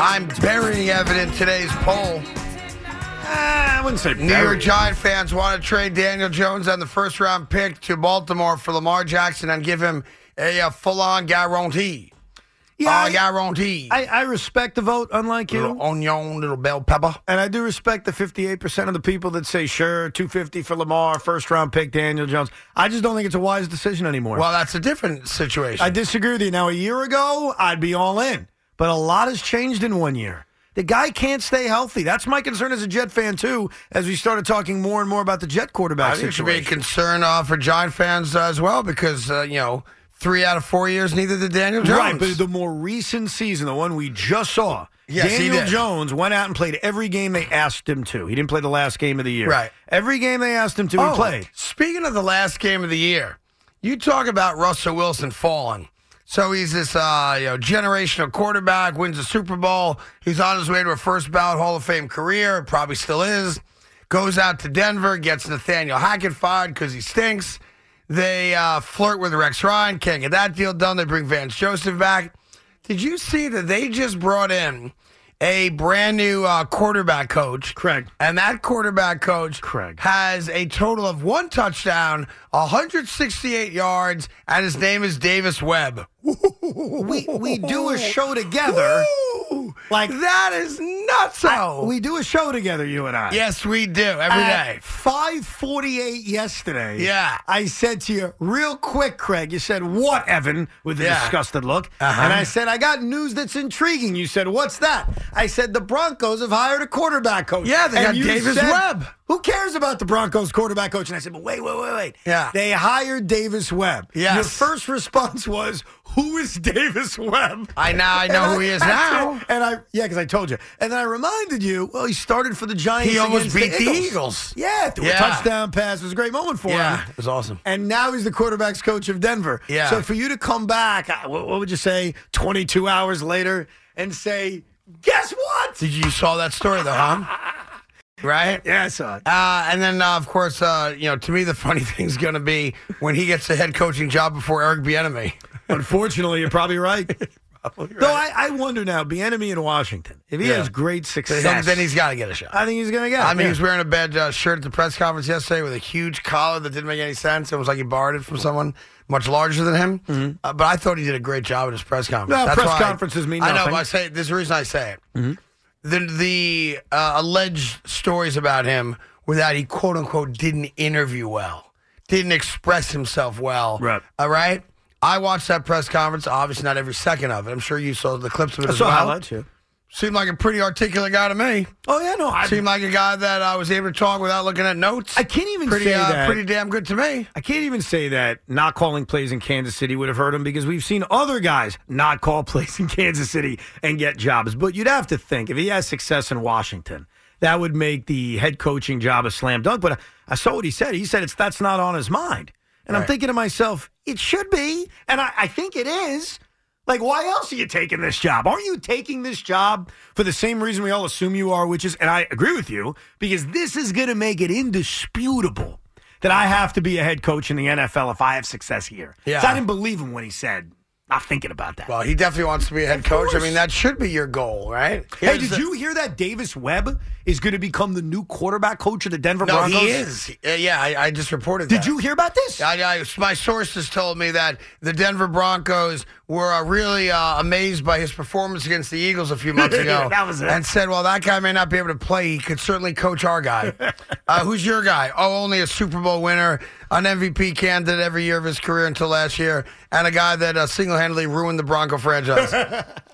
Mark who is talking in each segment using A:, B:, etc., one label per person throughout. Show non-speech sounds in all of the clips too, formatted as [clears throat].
A: I'm burying evident today's poll.
B: I wouldn't say
A: New York
B: buried.
A: Giant fans want to trade Daniel Jones on the first round pick to Baltimore for Lamar Jackson and give him a, uh, full on guarantee.
B: Yeah,
A: uh,
B: I,
A: guarantee.
B: I, I respect the vote, unlike you.
A: little onion, little bell pepper.
B: And I do respect the 58% of the people that say, sure, 250 for Lamar, first round pick, Daniel Jones. I just don't think it's a wise decision anymore.
A: Well, that's a different situation.
B: I disagree with you. Now, a year ago, I'd be all in, but a lot has changed in one year. The guy can't stay healthy. That's my concern as a Jet fan, too, as we started talking more and more about the Jet quarterback
A: I think it should be a
B: situation.
A: concern uh, for Giant fans uh, as well because, uh, you know, three out of four years, neither did Daniel Jones.
B: Right, but the more recent season, the one we just saw,
A: Yes, he
B: Daniel
A: did.
B: Jones went out and played every game they asked him to. He didn't play the last game of the year.
A: Right. Oh.
B: Every game they asked him to, he played.
A: Speaking of the last game of the year, you talk about Russell Wilson falling. So he's this uh, you know generational quarterback, wins the Super Bowl. He's on his way to a first ballot Hall of Fame career, probably still is. Goes out to Denver, gets Nathaniel Hackett fired because he stinks. They uh, flirt with Rex Ryan, can't get that deal done. They bring Vance Joseph back. Did you see that they just brought in a brand new uh, quarterback coach?
B: Correct.
A: And that quarterback coach
B: Craig.
A: has a total of one touchdown, 168 yards, and his name is Davis Webb.
B: We, we do a show together.
A: Ooh,
B: Like-
A: that is nuts!
B: We do a show together, you and I.
A: yes, we do every day.
B: At 5:48 yesterday.
A: Yeah.
B: I said to you real quick, Craig. You said what, Evan, with a
A: Yeah.
B: disgusted look.
A: Uh-huh.
B: And I said I got news that's intriguing. You said what's that? I said the Broncos have hired a quarterback coach.
A: Yeah, they
B: And
A: got
B: you
A: Davis
B: said,
A: Webb.
B: Who cares about the Broncos quarterback coach? And I said, but wait, wait, wait, wait.
A: Yeah.
B: They hired Davis Webb.
A: Yes.
B: Your first response was, who is Davis Webb?
A: I now I know
B: And
A: who he is
B: I-
A: now.
B: And I yeah, because I told you. And then I reminded you. Well, he started for the Giants.
A: He almost
B: against
A: beat the
B: Eagles.
A: Eagles.
B: Yeah, threw a
A: Yeah.
B: touchdown pass. It was a great moment for
A: Yeah,
B: him.
A: it was awesome.
B: And now he's the quarterbacks coach of Denver.
A: Yeah.
B: So for you to come back, I- what what would you say? Twenty two hours later, and say, guess what?
A: [laughs] Did you you saw that story though, huh? right?
B: Yeah, I saw it.
A: [laughs] Uh, and then, uh, of course, uh, you know, to me, the funny [laughs] thing's going to be when he gets the head coaching job before Eric Bieniemy.
B: Unfortunately, you're probably
A: [laughs]
B: right. Though I, I wonder now, Bienemy in Washington, if he
A: Yeah.
B: has great
A: Then,
B: success,
A: then he's got to get a shot.
B: I think he's gonna get.
A: I mean, he
B: yeah.
A: was wearing a bad uh, shirt at the press conference yesterday with a huge collar that didn't make any sense. It was like he borrowed it from someone much larger than him. Uh, but I thought he did a great job at his press conference.
B: Mm-hmm. No, press
A: why I-
B: conferences mean
A: I know.
B: nothing. Mm-hmm.
A: But I say there's a reason I say it. The the uh, alleged stories about him were that he quote unquote didn't interview well, didn't express himself well.
B: Right.
A: All right. I watched that press conference. Obviously, not every second of it. I'm sure you saw the clips of it
B: I
A: as
B: saw
A: well.
B: highlights. Yeah.
A: Seemed like a pretty articulate guy to me.
B: Oh yeah, no, I,
A: Seemed like a guy that I was able to talk without looking at notes.
B: I can't even
A: pretty,
B: say
A: uh,
B: that.
A: Pretty damn good to me.
B: I can't even say that not calling plays in Kansas City would have hurt him because we've seen other guys not call [laughs] plays in Kansas City and get jobs. But you'd have to think if he has success in Washington, that would make the head coaching job a slam dunk. But I, I saw what he said. He said it's that's not on his mind. And I'm
A: Right.
B: thinking to myself, it should be. And I, I think it is. Like, why else are you taking this job? Aren't you taking this job for the same reason we all assume you are, which is, and I agree with you, because this is going to make it indisputable that I have to be a head coach in the NFL if I have success here.
A: Yeah.
B: So I didn't believe him when he said, not thinking about that.
A: Well, he definitely wants to be a head coach. I
B: course.
A: mean, that should be your goal, right?
B: hey,
A: Here's
B: did
A: the-
B: you hear that Davis Webb is going to become the new quarterback coach of the Denver
A: No,
B: Broncos?
A: he is. Uh, yeah, I, I just reported.
B: Did
A: that.
B: you hear about this?
A: I, I, my sources told me that the Denver Broncos were uh, really uh, amazed by his performance against the Eagles a few
B: [laughs]
A: months ago.
B: That was it.
A: And said, well, that guy may not be able to play. He could certainly coach our
B: [laughs]
A: guy. uh, who's your guy? Oh, only a Super Bowl winner, an MVP candidate every year of his career until last year, and a guy that uh, single handedly ruined the Bronco
B: [laughs]
A: franchise.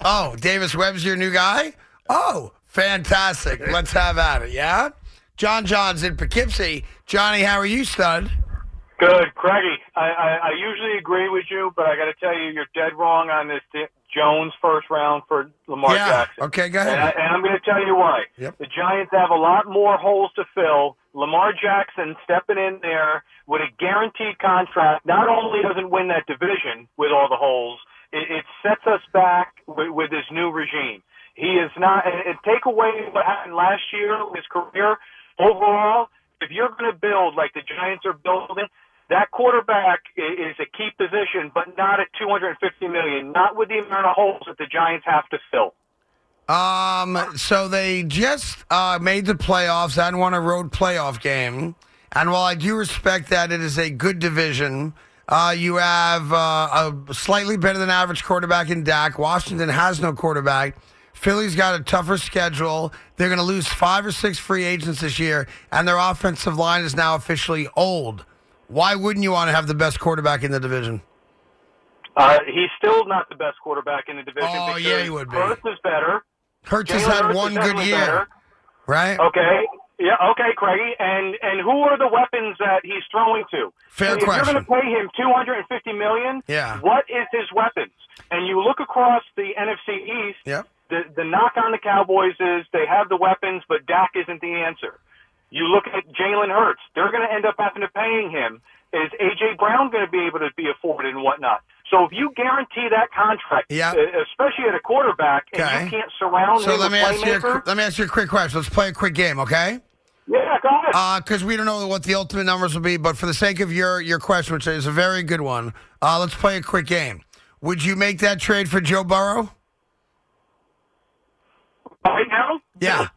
A: oh, Davis Webb's your new guy? Oh, fantastic. Let's have at it, yeah? John John's in Poughkeepsie. Johnny, how are you, stud?
C: Good, Craigie. I, I, I usually agree with you, but I got to tell you, you're dead wrong on this Di- Jones first round for Lamar
A: Yeah.
C: Jackson.
A: Okay, go ahead.
C: And, I, and I'm going to tell you why.
A: Yep.
C: The Giants have a lot more holes to fill. Lamar Jackson stepping in there with a guaranteed contract not only doesn't win that division with all the holes, it, it sets us back with, with this new regime. He is not, and, and take away what happened last year, his career. Overall, if you're going to build like the Giants are building, that quarterback i- is a key position, but not at 250 million, not with the amount of holes that the Giants have to fill.
A: Um, so they just uh, made the playoffs and won a road playoff game. And while I do respect that, it is a good division. Uh, you have uh, a slightly better than average quarterback in Dak. Washington has no quarterback. Philly's got a tougher schedule. They're going to lose five or six free agents this year, and their offensive line is now officially old. Why wouldn't you want to have the best quarterback in the division?
C: Uh, he's still not the best quarterback in the division.
A: Oh,
C: because
A: yeah, he would be.
C: Hurts is better.
A: Hurts has
C: Jalen
A: had
C: Hurts
A: one
C: is
A: good
C: definitely
A: year,
C: better. Oh,
A: right?
C: Okay. Yeah. Okay, Craigie. And and who are the weapons that he's throwing to?
A: Fair
C: if you're
A: question.
C: going to pay him 250 million,
A: Yeah.
C: What is his weapons? And you look across the NFC East.
A: Yep.
C: The the knock on the Cowboys is they have the weapons, but Dak isn't the answer. You look at Jalen Hurts. They're going to end up having to paying him. Is AJ Brown going to be able to be afforded and whatnot? So if you guarantee that contract,
A: Yeah.
C: e- especially at a quarterback, and
A: Okay.
C: you can't surround
A: So
C: him
A: let
C: with
A: me ask you.
C: playmaker,
A: A, let me ask you a quick question. Let's play a quick game, okay?
C: yeah, go ahead.
A: Because we don't know what the ultimate numbers will be, but for the sake of your your question, which is a very good one, uh, let's play a quick game. Would you make that trade for Joe Burrow?
C: right now?
A: Yeah.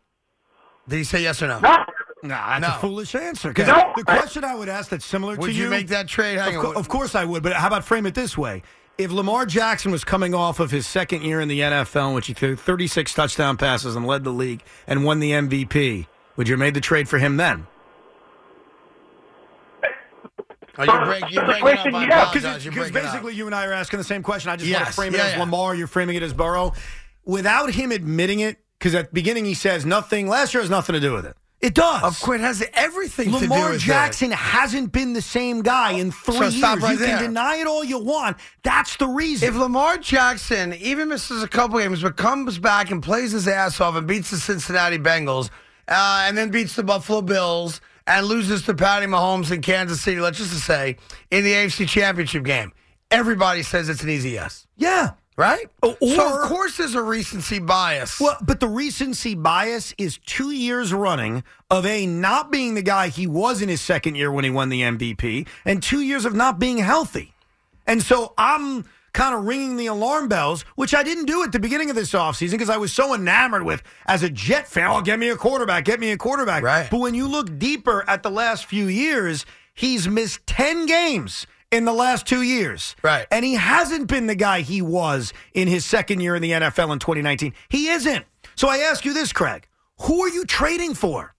A: Did he say yes or no?
C: No.
B: Nah, that's
A: No.
B: a foolish answer. 'cause
C: No.
B: The question I would ask that's similar to
A: Would you,
B: you
A: make that trade?
B: Of,
A: Hang
B: co-
A: on.
B: of course I would, but how about frame it this way? If Lamar Jackson was coming off of his second year in the NFL, in which he threw 36 touchdown passes and led the league and won the MVP, would you have made the trade for him then?
A: Are you break, Oh, you're
C: The
A: breaking
C: question,
A: up. I
C: yeah,
A: apologize.
B: Because
A: You're
B: because
A: breaking up.
B: basically you and I are asking the same question. I just want
A: Yes,
B: to frame
A: yeah,
B: it as
A: yeah.
B: Lamar. You're framing it as Burrow. Without him admitting it, because at the beginning he says nothing. Last year has nothing to do with it. It does.
A: Of course, it has everything to do
B: Lamar
A: with
B: Jackson hasn't been the same guy in three
A: So
B: years.
A: stop right
B: you
A: there.
B: can deny it all you want. That's the reason.
A: If Lamar Jackson even misses a couple games, but comes back and plays his ass off and beats the Cincinnati Bengals, uh, and then beats the Buffalo Bills and loses to Patty Mahomes in Kansas City, let's just say in the AFC Championship game, everybody says it's an easy yes,
B: yeah.
A: right?
B: O-
A: so
B: Oh, or-
A: of course there's a recency bias.
B: Well, but the recency bias is two years running of a not being the guy he was in his second year when he won the MVP, and two years of not being healthy. And so I'm kind of ringing the alarm bells, which I didn't do at the beginning of this offseason because I was so enamored with, as a Jet fan, oh, get me a quarterback, get me a quarterback.
A: Right.
B: But when you look deeper at the last few years, he's missed 10 games in the last two years.
A: Right.
B: And he hasn't been the guy he was in his second year in the NFL in 2019. He isn't. So I ask you this, Craig. Who are you trading for?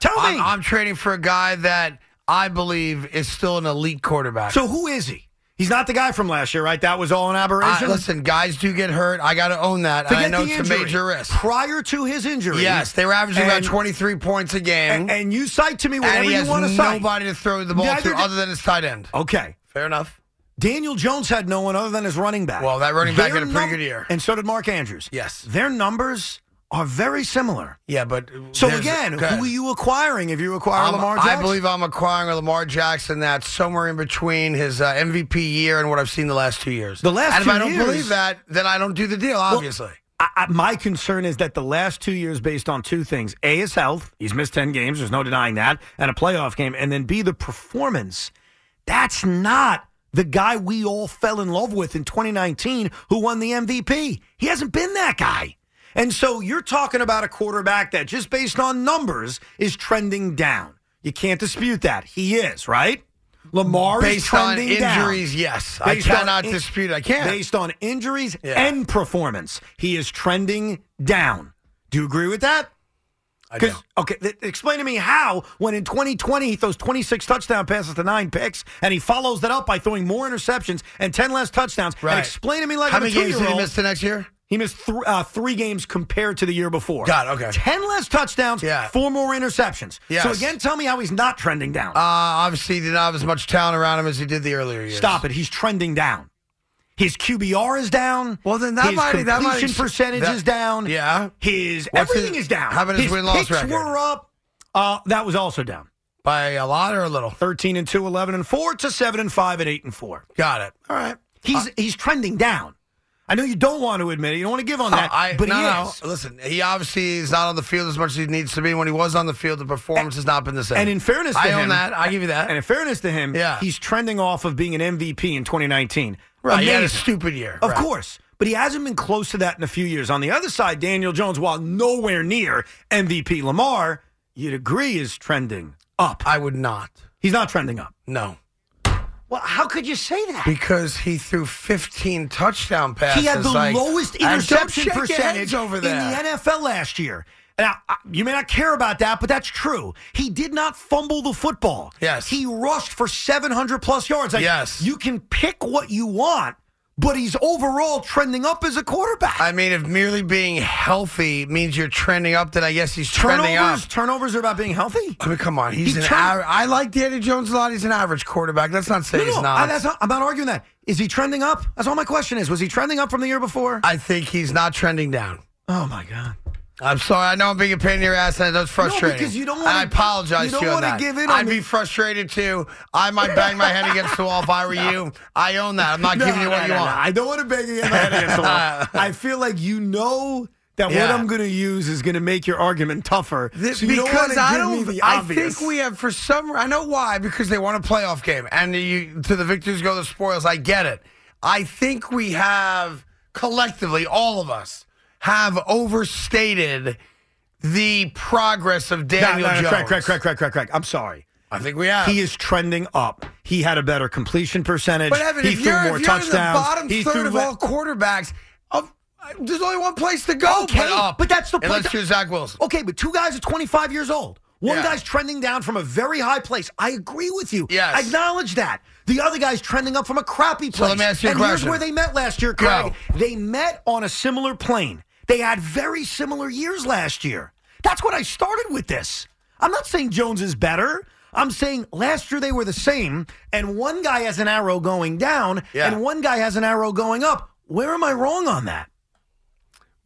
B: Tell me.
A: I'm, I'm trading for a guy that I believe is still an elite quarterback.
B: so who is he? He's not the guy from last year, right? That was all an aberration.
A: I, listen, guys do get hurt. I got to own that. and
B: Forget
A: I know
B: the
A: it's
B: injury.
A: a major risk.
B: Prior to his injury.
A: Yes, they were averaging about
B: And-
A: 23 points a game.
B: And, and you cite to me whatever
A: and he has
B: you want to cite.
A: nobody to throw the ball
B: Neither
A: to
B: did-
A: other than his tight end.
B: Okay.
A: Fair enough.
B: Daniel Jones had no one other than his running back.
A: Well, that running back
B: Their
A: had a pretty
B: num-
A: good year.
B: And so did Mark Andrews.
A: Yes.
B: Their numbers are very similar.
A: Yeah, but
B: So
A: there's-
B: again,
A: go ahead.
B: who are you acquiring if you acquire
A: I'm-
B: Lamar Jackson?
A: I believe I'm acquiring a Lamar Jackson that's somewhere in between his uh, MVP year and what I've seen the last two years.
B: The last
A: and
B: two
A: if I don't
B: years-
A: believe that, then I don't do the deal. Obviously,
B: I, I, my concern is that the last two years, based on two things: a, his health, he's missed ten games. There's no denying that, and a playoff game, and then b, the performance. That's not the guy we all fell in love with in 2019, who won the MVP. He hasn't been that guy. And so you're talking about a quarterback that, just based on numbers, is trending down. You can't dispute that. He is right. Lamar is
A: based on
B: trending down.
A: injuries, yes, I
B: Based on
A: cannot
B: in-
A: dispute. I can't.
B: Based on injuries
A: Yeah.
B: and performance, he is trending down. Do you agree with that?
A: I
B: Because
A: don't.
B: okay, th- explain to me how when in 2020 he throws 26 touchdown passes to nine picks, and he follows that up by throwing more interceptions and 10 less touchdowns.
A: Right.
B: And explain to me like
A: How
B: I'm a
A: many games did he
B: two-year-old,
A: miss the next year?
B: He missed thr uh, three games compared to the year before.
A: Got it, okay.
B: 10 less touchdowns.
A: Yeah.
B: Four more interceptions. So
A: Yes.
B: again, tell me how he's not trending down.
A: Uh, obviously, he did not have as much talent around him as he did the earlier years.
B: Stop it. He's trending down. His QBR is down.
A: Well, then that
B: his
A: might-
B: completion
A: that might-
B: percentage
A: that-
B: is down.
A: yeah.
B: his
A: What's his-
B: everything is down.
A: how about his win-loss
B: picks
A: record?
B: were up. Uh, that was also down.
A: by a lot or a little.
B: Thirteen and 2, 11 and four to seven and five and eight and four.
A: Got it. All right.
B: He's he's trending down. I know you don't want to admit it. You don't want to give on
A: No,
B: that.
A: Uh, I,
B: but
A: no,
B: he
A: no.
B: is.
A: Listen, he obviously is not on the field as much as he needs to be. When he was on the field, the performance has not been the same.
B: And in fairness, to
A: I own
B: him-
A: that. I give you that.
B: And in fairness to him,
A: Yeah.
B: he's trending off of being an MVP in 2019.
A: right, he had a
B: Amazing.
A: stupid year.
B: Of
A: Right.
B: course. But but he hasn't been close to that in a few years. On the other side, Daniel Jones, while nowhere near MVP Lamar, you'd agree is trending up.
A: I would not.
B: He's not trending up.
A: No.
B: Well, how could you say that?
A: Because he threw 15 touchdown passes.
B: He had the
A: like-
B: lowest
A: And don't
B: interception
A: shake your
B: percentage
A: heads over there.
B: in the NFL last year. Now, I- you may not care about that, but that's true. He did not fumble the football.
A: Yes.
B: He rushed for 700 plus yards. Like,
A: Yes.
B: You can pick what you want, but he's overall trending up as a quarterback.
A: I mean, if merely being healthy means you're trending up, then I guess he's trending up.
B: turnovers, turnovers are about being healthy.
A: I mean, come on. He's
B: He
A: an
B: turn-
A: aver- I like Danny Jones a lot. He's an average quarterback. Let's not say
B: No,
A: he's
B: no,
A: not.
B: I, that's not. I'm not arguing that. Is he trending up? That's all my question is. Was he trending up from the year before?
A: I think he's not trending down.
B: oh my god.
A: I'm sorry. I know I'm being a pain in your ass, and that's frustrating.
B: because you don't
A: And
B: wanna-
A: I apologize
B: you don't
A: to you on
B: wanna
A: that.
B: give in on
A: I'd be
B: the-
A: frustrated too. I might bang my head against the wall if [laughs] I were you. I own that. I'm not
B: No,
A: giving you
B: no,
A: what
B: no,
A: you
B: no.
A: want.
B: I don't want to bang your head against the wall. [laughs] I feel like you know that what
A: Yeah.
B: I'm going to use is going to make your argument tougher.
A: Th-
B: so you don't
A: because
B: wanna
A: I
B: give
A: don't.
B: me the
A: I
B: obvious.
A: think we have for some. I know why. Because they want a playoff game, and you, to the victors go the spoils. I get it. I think we have collectively, all of us, have overstated the progress of
B: No,
A: Daniel
B: no, no,
A: Jones.
B: correct, correct, correct, correct, correct, correct. I'm sorry.
A: I think we have.
B: He is trending up. He had a better completion percentage.
A: But Evan,
B: he
A: if
B: threw
A: you're,
B: more
A: if you're in
B: touchdowns.
A: the bottom
B: he
A: third
B: threw
A: of
B: le-
A: all quarterbacks, of, there's only one place to go.
B: Okay,
A: but, up.
B: but that's the point.
A: Unless you're Zach Wilson.
B: Okay, but two guys are 25 years old. One
A: Yeah.
B: guy's trending down from a very high place. I agree with you.
A: Yes.
B: I acknowledge that. The other guy's trending up from a crappy place.
A: So let me ask you a
B: and here's
A: question.
B: where they met last year,
A: Go.
B: Craig. They met on a similar plane. They had very similar years last year. That's what I started with this. I'm not saying Jones is better. I'm saying last year they were the same, and one guy has an arrow going down,
A: Yeah.
B: and one guy has an arrow going up. Where am I wrong on that?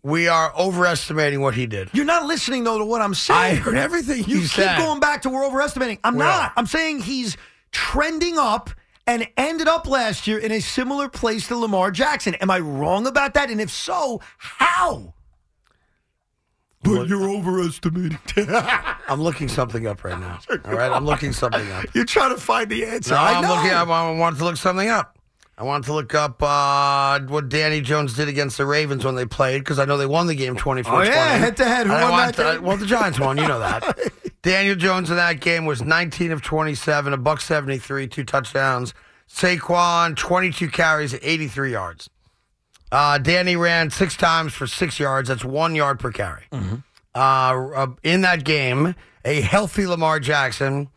A: We are overestimating what he did.
B: You're not listening though to what I'm
A: I
B: saying.
A: heard everything
B: You
A: you,
B: keep
A: said.
B: going back to we're overestimating. I'm
A: We
B: not.
A: are.
B: I'm saying he's trending up and ended up last year in a similar place to Lamar Jackson. Am I wrong about that? And if so, how? But you're overestimating.
A: [laughs] I'm looking something up right [laughs] now. All right, I'm looking something up.
B: you're trying to find the answer.
A: No,
B: I
A: I'm
B: know.
A: looking. I wa- I wanted to look something up. I wanted to look up uh, what Danny Jones did against the Ravens when they played because I know they won the game 24
B: Oh, yeah, head-to-head. Who
A: And I
B: won
A: want
B: that
A: to-
B: game?
A: Well, the Giants won. You know
B: [laughs]
A: that. Daniel Jones in that game was 19 of 27, a buck 73, two touchdowns. Saquon, 22 carries, 83 yards. Uh, Danny ran six times for six yards. That's one yard per carry. Uh, in that game, a healthy Lamar Jackson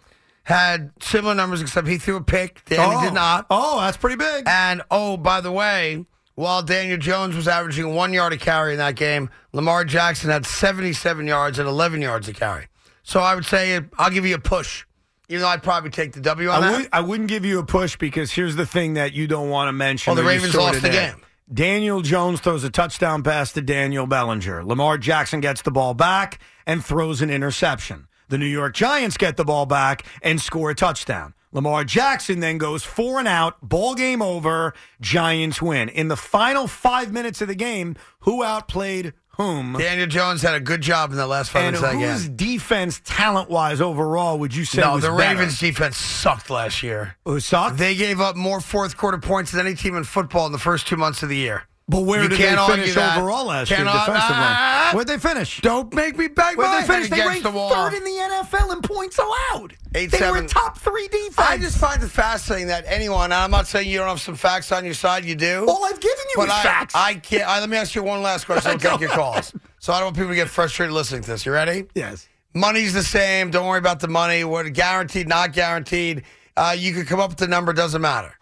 A: had similar numbers, except he threw a pick. Danny
B: oh.
A: did not.
B: Oh, that's pretty big.
A: And oh, by the way, while Daniel Jones was averaging one yard a carry in that game, Lamar Jackson had 77 yards and 11 yards a carry. So I would say I'll give you a push, even though I'd probably take the W on
B: I,
A: that.
B: would, I wouldn't give you a push because here's the thing that you don't want to mention.
A: Well, the
B: that you
A: Ravens
B: sorta
A: lost the
B: did.
A: game.
B: Daniel Jones throws a touchdown pass to Daniel Bellinger. Lamar Jackson gets the ball back and throws an interception. The New York Giants get the ball back and score a touchdown. Lamar Jackson then goes four and out, ball game over, Giants win. In the final five minutes of the game, who outplayed whom?
A: Daniel Jones had a good job in the last five
B: and
A: minutes of that
B: whose
A: game.
B: defense, talent wise, overall, would you say
A: No,
B: was
A: the
B: better?
A: Ravens defense sucked last year.
B: Who sucked?
A: They gave up more fourth quarter points than any team in football in the first two months of the year.
B: But where
A: You
B: did
A: can't
B: they
A: argue
B: finish
A: that.
B: overall last
A: Can't
B: year
A: ar-
B: defensively?
A: Ah!
B: Where'd they finish?
A: Don't make me bang
B: Where'd
A: my
B: they
A: head
B: finish? They
A: against
B: ranked
A: the wall.
B: third in the NFL in points allowed.
A: Eight,
B: they were
A: seven-
B: top three defense.
A: I just find it fascinating that anyone, and I'm not saying you don't have some facts on your side, you do.
B: All I've given you
A: but
B: is
A: I,
B: facts.
A: I can't. I, let me ask you one [laughs] last question. I'll
B: Go
A: take your calls. So I don't want people to get frustrated listening to this. You ready?
B: yes.
A: Money's the same. Don't worry about the money. What guaranteed, not guaranteed. Uh, you could come up with the number. Doesn't matter.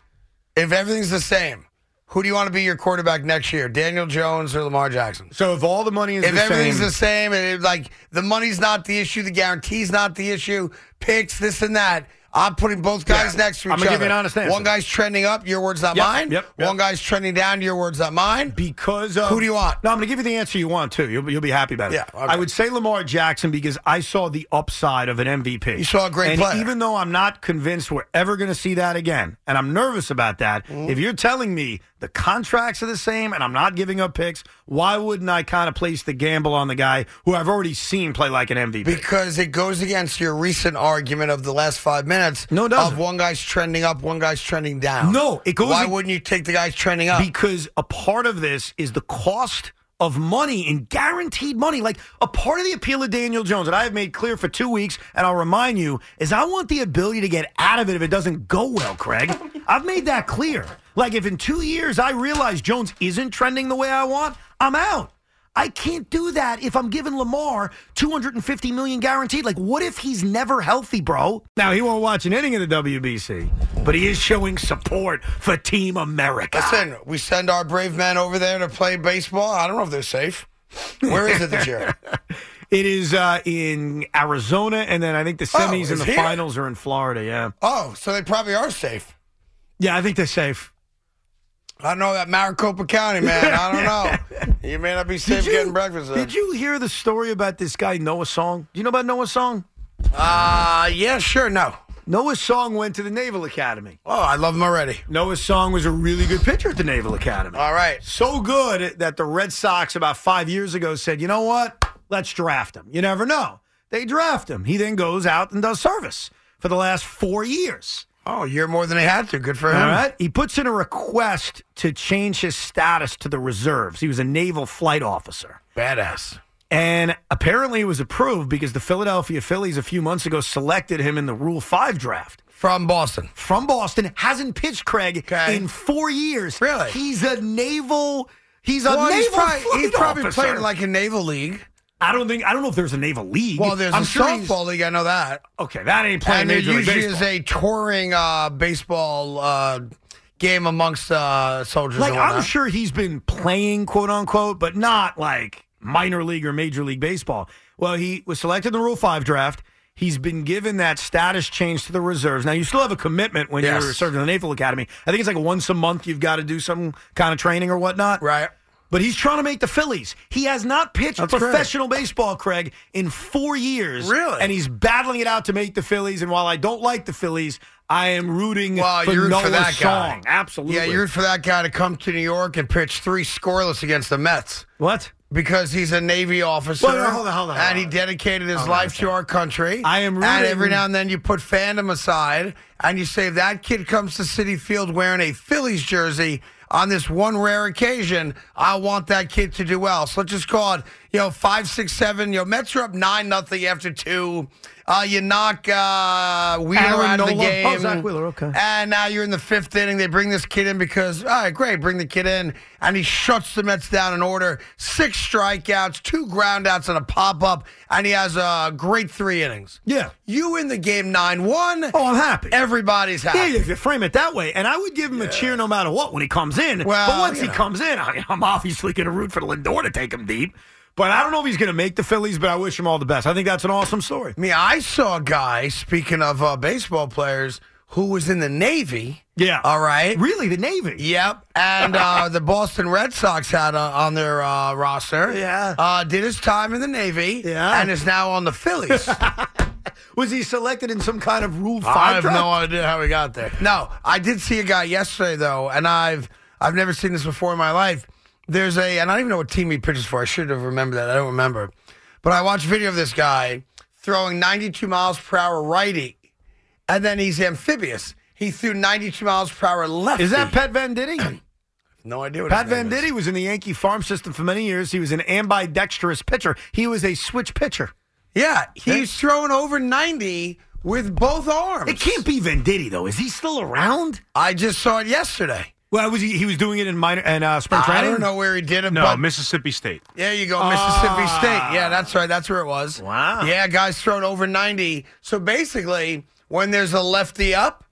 A: If everything's the same, who do you want to be your quarterback next year? Daniel Jones or Lamar Jackson?
B: So if all the money is
A: If
B: the
A: everything's
B: same,
A: the same, and it, like the money's not the issue, the guarantee's not the issue, picks this and that. I'm putting both guys
B: Yeah.
A: next to each
B: I'm
A: other.
B: gonna give you an honest answer.
A: One guy's trending up, your words not
B: Yep,
A: mine.
B: yep, yep.
A: One guy's trending down, your words not mine.
B: because of,
A: Who do you want?
B: No, I'm going to give you the answer you want too. You'll, be- you'll be happy about it.
A: Yeah, okay.
B: I would say Lamar Jackson because I saw the upside of an MVP.
A: You saw a great
B: and
A: player.
B: Even though I'm not convinced we're ever going to see that again, and I'm nervous about that.
A: Mm-hmm.
B: If you're telling me the contracts are the same and I'm not giving up picks, why wouldn't I kind of place the gamble on the guy who I've already seen play like an MVP?
A: Because it goes against your recent argument of the last five minutes
B: No, it doesn't.
A: of one guy's trending up, one guy's trending down.
B: No, it goes
A: Why
B: ag-
A: wouldn't you take the guys trending up?
B: because a part of this is the cost of money and guaranteed money. Like a part of the appeal of Daniel Jones that I have made clear for two weeks, and I'll remind you, is I want the ability to get out of it if it doesn't go well, [laughs] Craig. I've made that clear. Like if in two years I realize Jones isn't trending the way I want, I'm out. I can't do that if I'm giving Lamar 250 million guaranteed. Like, what if he's never healthy, bro? Now he won't watch an inning of the WBC, but he is showing support for Team America.
A: Listen, we send our brave men over there to play baseball. I don't know if they're safe. Where is it this
B: [laughs]
A: year?
B: It is uh, in Arizona, and then I think the semis
A: it's
B: and the
A: here?
B: finals are in Florida. Yeah,
A: Oh, so they probably are safe.
B: yeah, I think they're safe.
A: I don't know that Maricopa County, man. I
B: [laughs]
A: don't know. You may not be safe getting breakfast there.
B: Did you hear the story about this guy Noah Song? Do you know about Noah Song?
A: Uh, yeah, sure, no.
B: Noah Song went to the Naval Academy.
A: Oh, I love them already.
B: Noah Song was a really good pitcher at the Naval Academy.
A: All right.
B: So good that the Red Sox about five years ago said, you know what? Let's draft him. You never know. They draft him. He then goes out and does service for the last four years.
A: Oh, you're more than they had to. Good for him.
B: All right. He puts in a request to change his status to the reserves. He was a naval flight officer.
A: Badass.
B: And apparently it was approved because the Philadelphia Phillies a few months ago selected him in the Rule 5 draft
A: From Boston.
B: from Boston. Hasn't pitched Craig
A: Okay.
B: in four years.
A: Really?
B: He's a naval. He's a
A: Well,
B: naval
A: he's probably,
B: flight
A: he probably
B: officer.
A: played in like a naval league.
B: I don't think I don't know if there's a naval league.
A: Well, there's
B: I'm
A: a
B: sure he's-
A: softball league. I know that.
B: Okay, that ain't playing
A: And there
B: Major League
A: usually
B: Baseball.
A: is a touring uh, baseball uh, game amongst uh, soldiers.
B: Like
A: and
B: I'm
A: whatnot.
B: sure he's been playing quote unquote, but not like minor league or major league baseball. Well, he was selected in the Rule Five draft. He's been given that status change to the reserves. Now you still have a commitment when
A: Yes.
B: you're serving in the Naval Academy. I think it's like once a month you've got to do some kind of training or whatnot.
A: Right.
B: But he's trying to make the Phillies. He has not pitched
A: That's great.
B: professional baseball, Craig, in four years.
A: Really?
B: And he's battling it out to make the Phillies. And while I don't like the Phillies, I am rooting
A: Well,
B: for
A: you root
B: Noah
A: for that guy.
B: Song. Absolutely.
A: Yeah, you're for that guy to come to New York and pitch three scoreless against the Mets
B: what?
A: because he's a Navy officer.
B: Wait, wait, hold on, hold on, hold
A: And he
B: on.
A: dedicated his life to our country.
B: I am
A: And
B: rooting-
A: every now and then you put fandom aside and you say, if that kid comes to City Field wearing a Phillies jersey on this one rare occasion, I want that kid to do well. So let's just call it, you know, five, six, seven. You know, Mets are up nine nothing after two. Uh, you knock uh, Wheeler
B: Aaron
A: out of the
B: Nola.
A: game.
B: Oh, Zach Wheeler, okay.
A: And now you're in the fifth inning. They bring this kid in because, all right, great, bring the kid in. And he shuts the Mets down in order. Six strikeouts, two groundouts, and a pop up. And he has a great three innings.
B: Yeah.
A: You win the game 9 1.
B: Oh, I'm happy.
A: Everybody's happy.
B: Yeah, if you frame it that way, and I would give him a cheer no matter what when he comes in.
A: Well,
B: but once
A: you
B: he
A: know.
B: comes in, I, I'm obviously going to root for Lindor to take him deep. But I don't know if he's going to make the Phillies. But I wish him all the best. I think that's an awesome story.
A: I mean, I saw a guy, speaking of uh, baseball players, who was in the Navy.
B: Yeah.
A: All right.
B: Really, the Navy.
A: Yep, and uh, [laughs] the Boston Red Sox had uh, on their uh, roster.
B: Yeah.
A: uh, did his time in the Navy.
B: Yeah.
A: and is now on the [laughs] Phillies.
B: Was he selected in some kind of Rule Five?
A: I have
B: draft?
A: no idea how we got there. No, I did see a guy yesterday though, and I've I've never seen this before in my life. There's a, and I don't even know what team he pitches for. I should have remembered that. I don't remember, but I watched a video of this guy throwing 92 miles per hour righty, and then he's amphibious. He threw 92 miles per hour lefty.
B: Is that Pat Van Vanditti?
A: no idea? What
B: Pat
A: his name is.
B: Venditti was in the Yankee farm system for many years. He was an ambidextrous pitcher. He was a switch pitcher.
A: Yeah, he's throwing over 90 with both arms.
B: It can't be Venditti though. Is he still around?
A: I just saw it yesterday.
B: Well, was he? He was doing it in minor and uh, spring
A: I
B: training.
A: don't know where he did it,
D: No,
A: but
D: Mississippi State.
A: There you go, Mississippi
B: Ah.
A: State. Yeah, that's right. That's where it was.
B: Wow.
A: Yeah, guys thrown over 90. So basically, when there's a lefty up,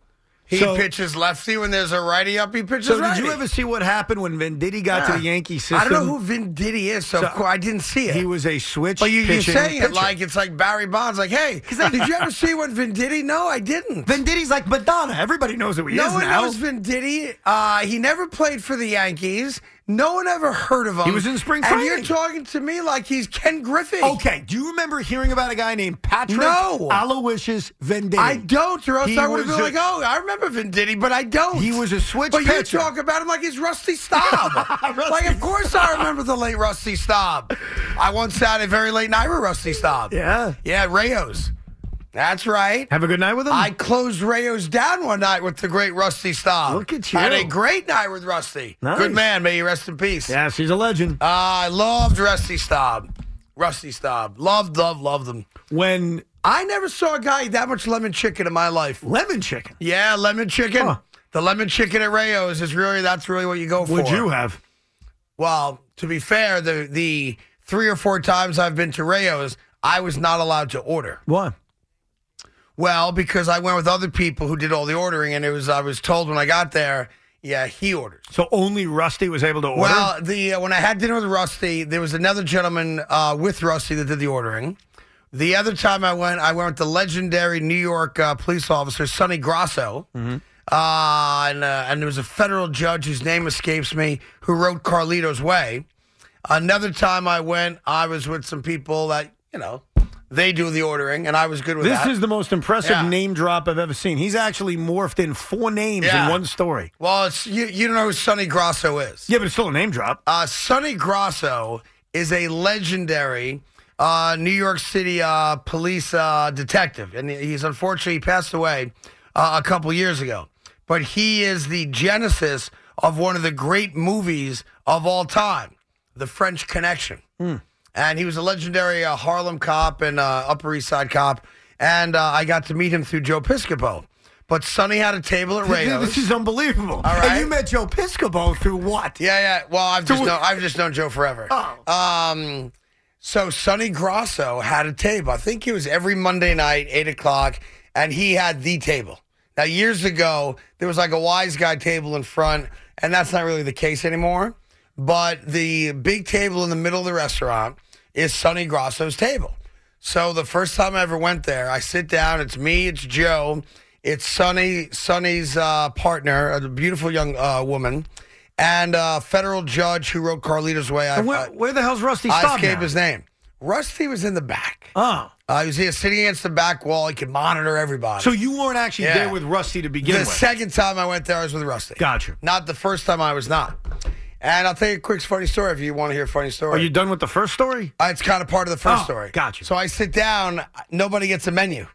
A: he
B: So-
A: pitches lefty. When there's a righty up, he pitches
B: So
A: righty.
B: did you ever see what happened when Venditti got
A: Yeah.
B: to the Yankee system?
A: I don't know who Vin Diddy is, so,
B: So-
A: of course I didn't see it.
B: he was a switch.
A: but you, you're
B: pitching
A: saying
B: pitcher.
A: it like it's like Barry Bonds, like,
B: [laughs]
A: hey, did you ever see what Vin Diddy? No, I didn't.
B: Venditti's like Madonna. Everybody knows who he
A: no
B: is
A: one
B: now.
A: knows Vin Diddy. Uh, he never played for the Yankees. No one ever heard of him.
B: He was in spring
A: And you're
B: training.
A: talking to me like he's Ken Griffey.
B: okay, do you remember hearing about a guy named Patrick
A: No.
B: Aloysius Venditti?
A: I don't, or else
B: He
A: I would have
B: was
A: been
B: a-
A: like, oh, I remember Venditti, but I don't.
B: He was a switch
A: But
B: pitcher.
A: you talk about him like he's Rusty
B: [laughs]
A: Staub.
B: Rusty
A: like, of course I remember the late Rusty Staub. I once had a very late night with Rusty Staub.
B: Yeah.
A: Yeah, Rayos. That's right.
B: Have a good night with him.
A: I closed Rayos down one night with the great Rusty Staub.
B: Look at you.
A: Had a great night with Rusty.
B: Nice.
A: Good man. May he rest in peace. Ah,
B: yes, he's a legend.
A: I loved Rusty Staub. Rusty Staub. Loved, loved, loved him.
B: When
A: I never saw a guy eat that much lemon chicken in my life.
B: lemon chicken,
A: Yeah, lemon chicken.
B: Huh.
A: The lemon chicken at Rayo's is really that's really what you go for.
B: would you have?
A: Well, to be fair, the the three or four times I've been to Rayo's, I was not allowed to order.
B: Why?
A: Well, because I went with other people who did all the ordering, and it was I was told when I got there, yeah, he orders.
B: So only Rusty was able to order.
A: Well, the uh, when I had dinner with Rusty, there was another gentleman uh, with Rusty that did the ordering. The other time I went, I went with the legendary New York uh, police officer Sonny Grasso,
B: Mm-hmm.
A: uh, and uh, and there was a federal judge whose name escapes me who wrote Carlito's Way. Another time I went, I was with some people that you know they do the ordering, and I was good with
B: this
A: that.
B: is the most impressive
A: Yeah.
B: name drop I've ever seen. He's actually morphed in four names
A: Yeah.
B: in one story.
A: well, it's, you you don't know who Sonny Grasso is.
B: Yeah, but it's still a name drop.
A: Uh, Sonny Grasso is a legendary uh, New York City uh, police uh, detective, and he's unfortunately he passed away uh, a couple years ago. But he is the genesis of one of the great movies of all time, The French Connection.
B: Hmm.
A: And he was a legendary uh, Harlem cop and uh, Upper East Side cop. And uh, I got to meet him through Joe Piscopo. But Sonny had a table at
B: Dude,
A: Rayo's.
B: This is unbelievable.
A: uh, All right.
B: And you met Joe Piscopo through what?
A: Yeah, yeah. Well, I've just
B: we-
A: known, I've just known Joe forever.
B: Oh.
A: Um, so Sonny Grasso had a table. I think it was every Monday night, eight o'clock, and he had the table. Now, years ago, there was like a wise guy table in front, and that's not really the case anymore. But the big table in the middle of the restaurant is Sonny Grasso's table. So the first time I ever went there, I sit down. It's me, it's Joe, it's Sonny, Sonny's uh, partner, a beautiful young uh, woman, and a federal judge who wrote Carlito's Way. I,
B: And where,
A: I-
B: where the hell's Rusty
A: I
B: Staub
A: escaped
B: now?
A: his name. Rusty was in the back.
B: Oh.
A: Uh, he was here sitting against the back wall. He could monitor everybody.
B: So you weren't actually
A: Yeah.
B: there with Rusty to begin
A: the
B: with.
A: second time I went there, I was with Rusty.
B: Gotcha.
A: Not the first time I was not. And I'll tell you a quick funny story if you want to hear a funny story.
B: Are you done with the first story?
A: Uh, it's kind of part of the first
B: Oh,
A: story.
B: gotcha.
A: So I sit down. Nobody gets a menu.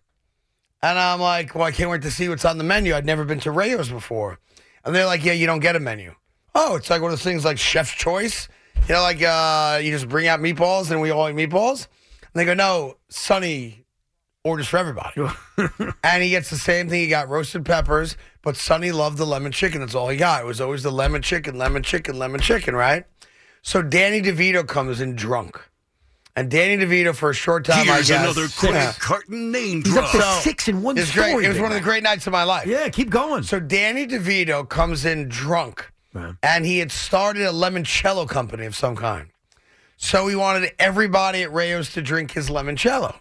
A: And I'm like, well, I can't wait to see what's on the menu. I'd never been to Rayo's before. And they're like, yeah, you don't get a menu. Oh, it's like one of those things like chef's choice. You know, like uh, you just bring out meatballs and we all eat meatballs. And they go, no, Sonny orders for everybody. and he gets the same thing. He got roasted peppers, but Sonny loved the lemon chicken. That's all he got. It was always the lemon chicken, lemon chicken, lemon chicken, right? So Danny DeVito comes in drunk. And Danny DeVito, for a short time,
D: Here's
A: I guess.
D: another Corey
A: Yeah.
D: Carton name
B: He's up
D: drop.
B: to
A: So,
B: six in one
A: It's
B: story.
A: great. It was
B: Big
A: one of the
B: Mac.
A: great nights of my life.
B: Yeah, keep going.
A: So Danny DeVito comes in drunk,
B: Man.
A: and he had started a limoncello company of some kind. So he wanted everybody at Rayo's to drink his limoncello.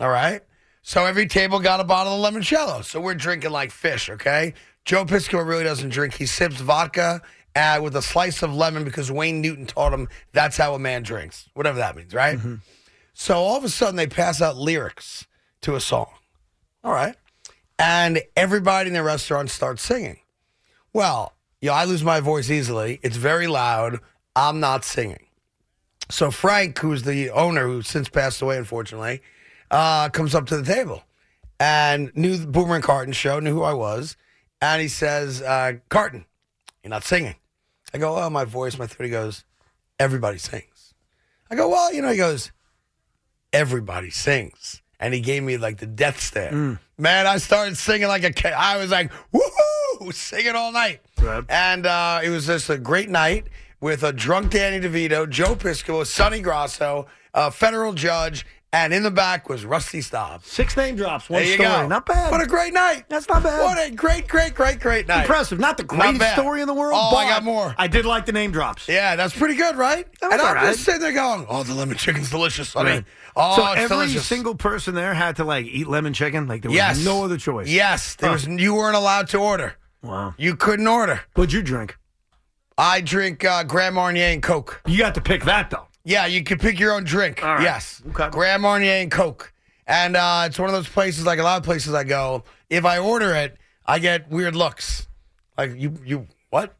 A: All right. So every table got a bottle of limoncello. So we're drinking like fish. Okay. Joe Pisco really doesn't drink. He sips vodka uh, with a slice of lemon because Wayne Newton taught him that's how a man drinks, whatever that means, right? So all of a sudden they pass out lyrics to a song. All right. And everybody in the restaurant starts singing. Well, you know, I lose my voice easily. It's very loud. I'm not singing. So Frank, who's the owner, who's since passed away, unfortunately, uh, comes up to the table and knew the Boomer and Carton show, knew who I was. And he says, uh, Carton, you're not singing. I go, oh, my voice, my throat. He goes, everybody sings. I go, well, you know, he goes, everybody sings. And he gave me like the death stare. Man, I started singing like a kid. I was like, woohoo, singing all night.
B: Right.
A: And uh, it was just a great night with a drunk Danny DeVito, Joe Piscopo, Sonny Grasso, a federal judge, and in the back was Rusty Staub.
B: six name drops, one
A: There you
B: story.
A: go.
B: Not bad.
A: What a great night.
B: That's not bad.
A: What a great, great, great, great night.
B: impressive. Not the greatest
A: bad.
B: story in the world.
A: Oh, I
B: but
A: got more.
B: I did like the name drops.
A: Yeah, that's pretty good, right?
B: That was
A: and I'm
B: all right.
A: just sitting there going, "Oh, the lemon chicken's delicious." I
B: Right.
A: mean, oh,
B: so
A: it's
B: every
A: delicious.
B: single person there had to like eat lemon chicken. Like there was
A: yes,
B: no other choice.
A: Yes, there
B: Huh.
A: was. You weren't allowed to order.
B: Wow.
A: You couldn't order.
B: What'd you drink?
A: I drink uh, Grand Marnier and Coke.
B: You got to pick that though.
A: Yeah, you can pick your own drink.
B: All right.
A: Yes.
B: Okay.
A: Grand Marnier and Coke. And uh, it's one of those places, like a lot of places I go, if I order it, I get weird looks. Like, you, you what?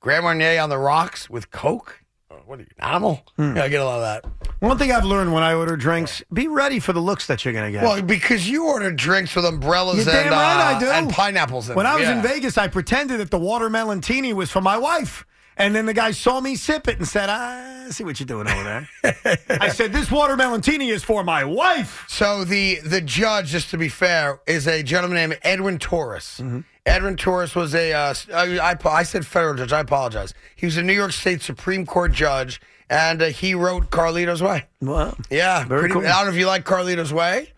A: Grand Marnier on the rocks with Coke? Uh, what are you, an animal?
B: Hmm.
A: Yeah, I get a lot of that.
B: One thing I've learned when I order drinks: be ready for the looks that you're going to get.
A: Well, because you order drinks with umbrellas
B: You're
A: and,
B: damn right
A: uh,
B: I do.
A: and pineapples in
B: when
A: them.
B: I was
A: Yeah.
B: in Vegas, I pretended that the watermelon teeny was for my wife. And then the guy saw me sip it and said, I see what you're doing over there. I said, This watermelon teeny is for my wife.
A: So the the judge, just to be fair, is a gentleman named Edwin Torres. Edwin Torres was a uh, s- I, I apo- I said federal judge. I apologize. He was a New York State Supreme Court judge, and uh, he wrote Carlito's Way.
B: Well,
A: Yeah,
B: Very
A: pretty,
B: cool.
A: I don't know if you like Carlito's Way.